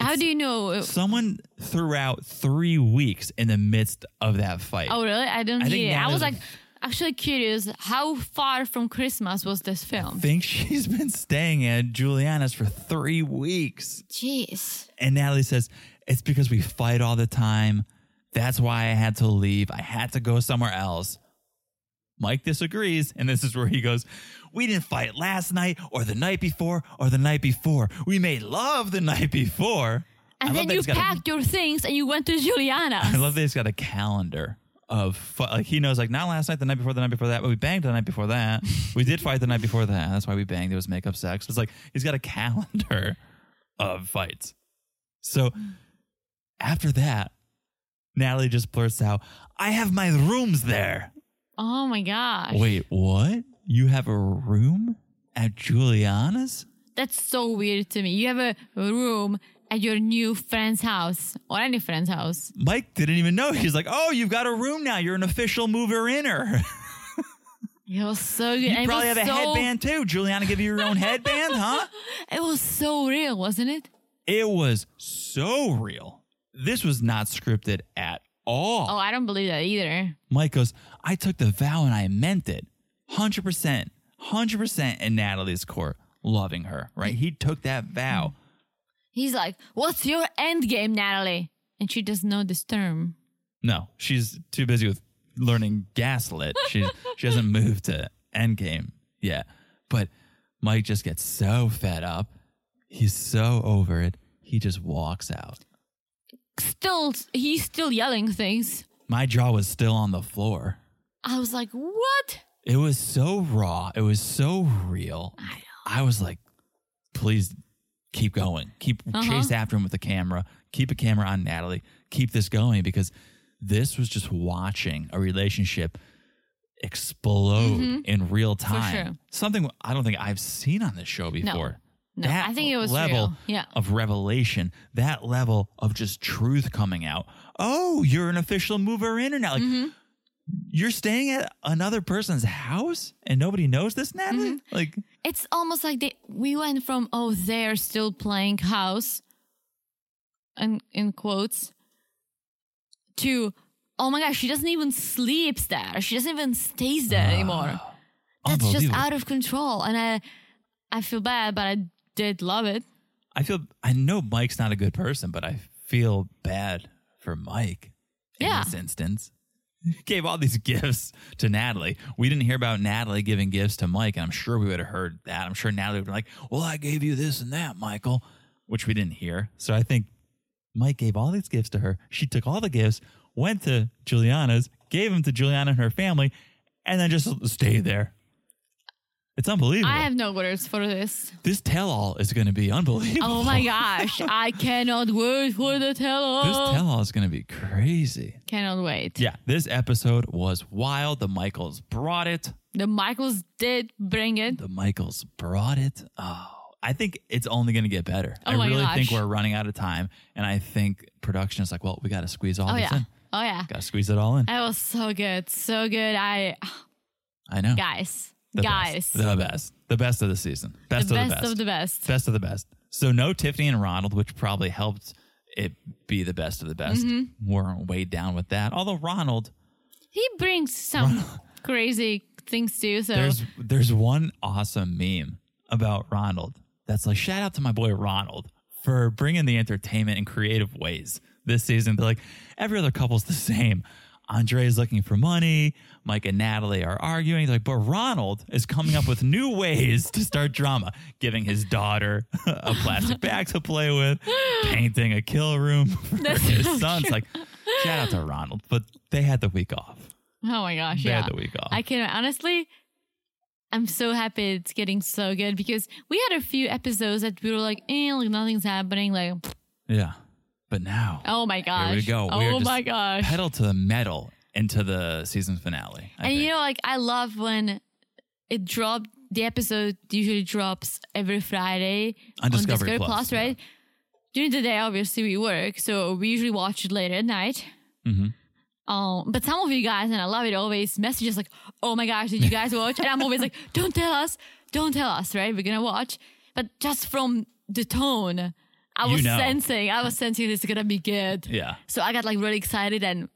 How do you know? it-
Someone threw out three weeks in the midst of that fight.
Oh, really? I didn't
I think
hear. it.
now
I was
there's
like
a-
actually curious how far from Christmas was this
I
film?
think she's been staying at Juliana's for three weeks.
Jeez.
And Natalie says, It's because we fight all the time. That's why I had to leave. I had to go somewhere else. Mike disagrees. And this is where he goes, We didn't fight last night or the night before or the night before. We made love the night before. I
And
love
then
that
you
he's got a-
packed your things and you went to
(laughs) I
Juliana's.
love that he's got a calendar of fu- like he knows like not last night, the night before, the night before that, but we banged the night before that. we did fight the night before that. That's why we banged. It was makeup sex. It's like he's got a calendar (laughs) of fights. So after that, Natalie just blurts out, "I have my rooms there."
Oh my gosh.
Wait, what? You have a room at Juliana's?
That's so weird to me. You have a room at your new friend's house or any friend's house.
Mike didn't even know. He's like, "Oh, you've got a room now. You're an official mover-inner." (laughs)
It was so good. and
You
it
probably
was
have a
so,
headband too. Juliana give you your own headband, huh?
(laughs) It was so real, wasn't it?
It was so real. This was not scripted at all.
Oh, I don't believe that either.
Mike goes, I took the vow and I meant it. 100%, 100% in Natalie's court, loving her, right? He took that
Mm.
vow.
He's like, "What's your end game, Natalie?" And she doesn't know this term.
No, she's too busy with learning gaslit. She's she hasn't
(laughs)
moved to endgame yet. But Mike just gets so fed up. He's so over it. He just walks out.
Still, he's still yelling things.
my jaw was still on the floor.
I was like, "What?"
It was so raw. It was so real. I, was like, please keep going. Keep
Uh-huh.
chase after him with the camera. Keep a camera on Natalie. Keep this going because this was just watching a relationship explode in real time.
Mm-hmm. sure.
Something I don't think I've seen on this show before.
No, I think it was
level
real. Yeah.
of revelation, that level of just truth coming out, oh, you're an official mover in or not. Like,
Mm-hmm.
You're staying at another person's house and nobody knows this, Natalie?
Mm-hmm.
Like,
It's almost like they we went from oh they're still playing house and in quotes to oh my gosh, she doesn't even sleeps there. She doesn't even stays there anymore. That's just
Ah, unbelievable.
out of control. And I I feel bad, but I did love it.
I feel, I know Mike's not a good person, but I feel bad for Mike in
Yeah.
this instance. (laughs) Gave all these (laughs) gifts to Natalie. We didn't hear about Natalie giving gifts to Mike, and I'm sure we would have heard that. I'm sure Natalie would be like, Well, I gave you this and that, Michael, which we didn't hear. So I think Mike gave all these gifts to her. She took all the gifts, went to Juliana's, gave them to Juliana and her family, and then just stayed there. It's unbelievable.
I have no words for this.
this tell all is going to be unbelievable.
Oh my
(laughs)
gosh, I cannot wait for the tell
This tell all is going to be crazy.
Cannot wait.
Yeah, this episode was wild. The Michaels brought it.
The Michaels did bring it.
The Michaels brought it. Oh, I think it's only going to get better.
Oh
I
my
really
gosh.
think we're running out of time. And I think production is like, well, we got to squeeze all
Oh
this
yeah.
in.
Oh yeah.
Got to squeeze it all in.
That was so good. So good. I
I know.
guys.
The Best.
guys.
The best. The best of the season. Best
the
of
best,
the best.
of the best.
Best of the best. So no Tiffany and Ronald, which probably helped it be the best of the best.
Mm-hmm.
Weren't weighed down with that. Although Ronald,
He
(laughs)
brings some crazy things too. So
there's there's one awesome meme about Ronald that's like shout out to my boy Ronald for bringing the entertainment in creative ways this season. They're like every other couple's the same. Andre is looking for money. Mike and Natalie are arguing. They're like, but Ronald is coming up with new ways to start drama, giving his daughter a plastic bag to play with, painting a kill room (laughs) for
That's
his
so
son. It's like, shout out to Ronald. But they had the week off.
oh my gosh,
They
yeah.
had the week off.
I can honestly I'm so happy it's getting so good because we had a few episodes that we were like, eh, like nothing's happening. Like,
yeah. But now.
oh my gosh.
Here we go.
Oh
we are
my
just
gosh.
Pedal to the metal into the season finale. I
and
think.
you know, like I love when it dropped. The episode usually drops every Friday
On Discovery Plus,
right? During the day, obviously we work, so we usually watch it later at night.
Mhm.
Um, but some of you guys, and I love it, always messages like, "Oh my gosh, did you guys watch?" And I'm always
(laughs)
like, "Don't tell us, don't tell us, right? We're gonna watch." But just from the tone, I
You
was
know.
sensing, I
(laughs)
was sensing this is gonna be good.
yeah,
So I got like really excited, and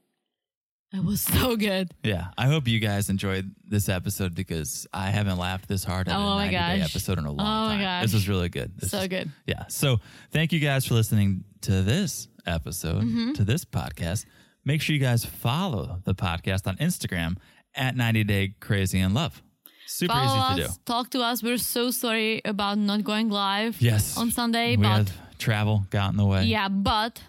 it was so good.
yeah. I hope you guys enjoyed this episode because I haven't laughed this hard at
Oh
a 90
my
day
gosh.
episode in a long
Oh my
time.
gosh.
This was really good. This
So
is-
good.
Yeah. So thank you guys for listening to this episode,
Mm-hmm.
to this podcast. Make sure you guys follow the podcast on Instagram at 90 Day Crazy in Love. Super
Follow
easy
us,
to do.
talk to us. We're so sorry about not going live
Yes.
on Sunday,
we
but
had travel got in the way.
yeah, but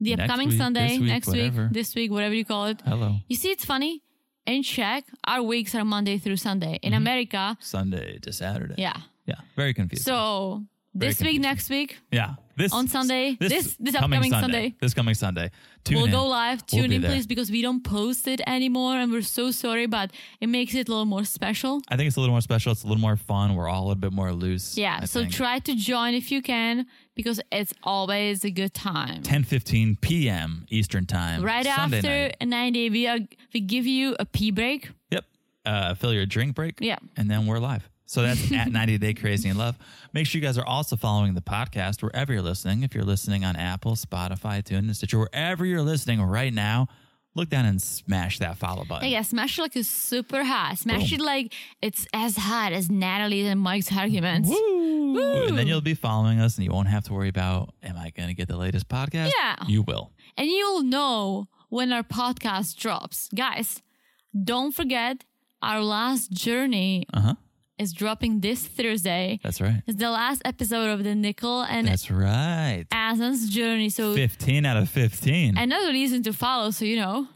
the
Next
upcoming
week,
Sunday,
this week,
next
whatever. Uh,
week, this week, whatever you call it.
Hello.
You see, it's funny. In Czech, our weeks are Monday through Sunday. In
Mm-hmm.
America,
Sunday to Saturday.
yeah.
Yeah. Very confusing.
So this week,
confusing.
next week,
Yeah. This
On Sunday? This- this
coming
upcoming Sunday.
This coming Sunday. Tune
we'll
in.
go live.
We'll
Tune
be
in,
there.
please, because we don't post it anymore, and we're so sorry, but it makes it a little more special.
I think it's a little more special. It's a little more fun. We're all a little bit more loose.
Yeah.
I
so
think.
try to join if you can, because it's always a good time.
10 15 p.m. Eastern Time.
Right
Sunday
after
Night.
a 90, we are we give you a pee break.
Yep. Uh, fill your drink break.
Yeah.
And then we're live. So that's
(laughs)
at 90 Day Crazy in Love. Make sure you guys are also following the podcast wherever you're listening. If you're listening on Apple, Spotify, TuneIn, Stitcher, wherever you're listening right now, look down and smash that follow button.
Yeah, yeah, smash it like it's super hot. Smash it like it's as hot as Natalie's and Mike's (laughs) arguments.
Woo!
Woo!
And then you'll be following us and you won't have to worry about, am I going to get the latest podcast?
Yeah.
You will.
And you'll know when our podcast drops. Guys, don't forget our last journey
Uh huh.
is dropping this Thursday.
That's right.
It's the last episode of the Nickel and
That's right.
Asan's journey. So
15 out of 15.
another reason to follow, so you know.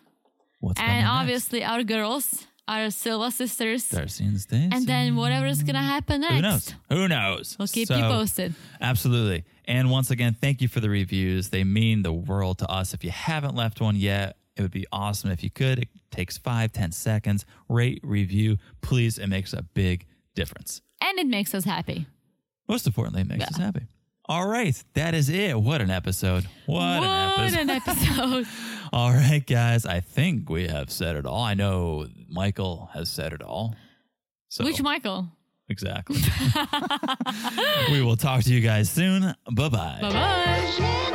What's coming
And obviously our girls, our Silva sisters.
Next? Darcy and Stacey.
and then whatever is gonna happen next.
Who knows? Who knows?
We'll keep
So-
you posted.
Absolutely. And once again, thank you for the reviews. They mean the world to us. If you haven't left one yet, it would be awesome if you could. It takes five, ten seconds. Rate, review, please. It makes a big difference.
And it makes us happy.
Most importantly, it makes us happy. All right, that is it. What an episode. What, an
what
episode.
an episode.
All right, guys. I think we have said it all. I know Michael has said it all. (laughs) So
Which Michael?
(laughs) exactly. we will talk to you guys soon. Bye bye.
Bye bye.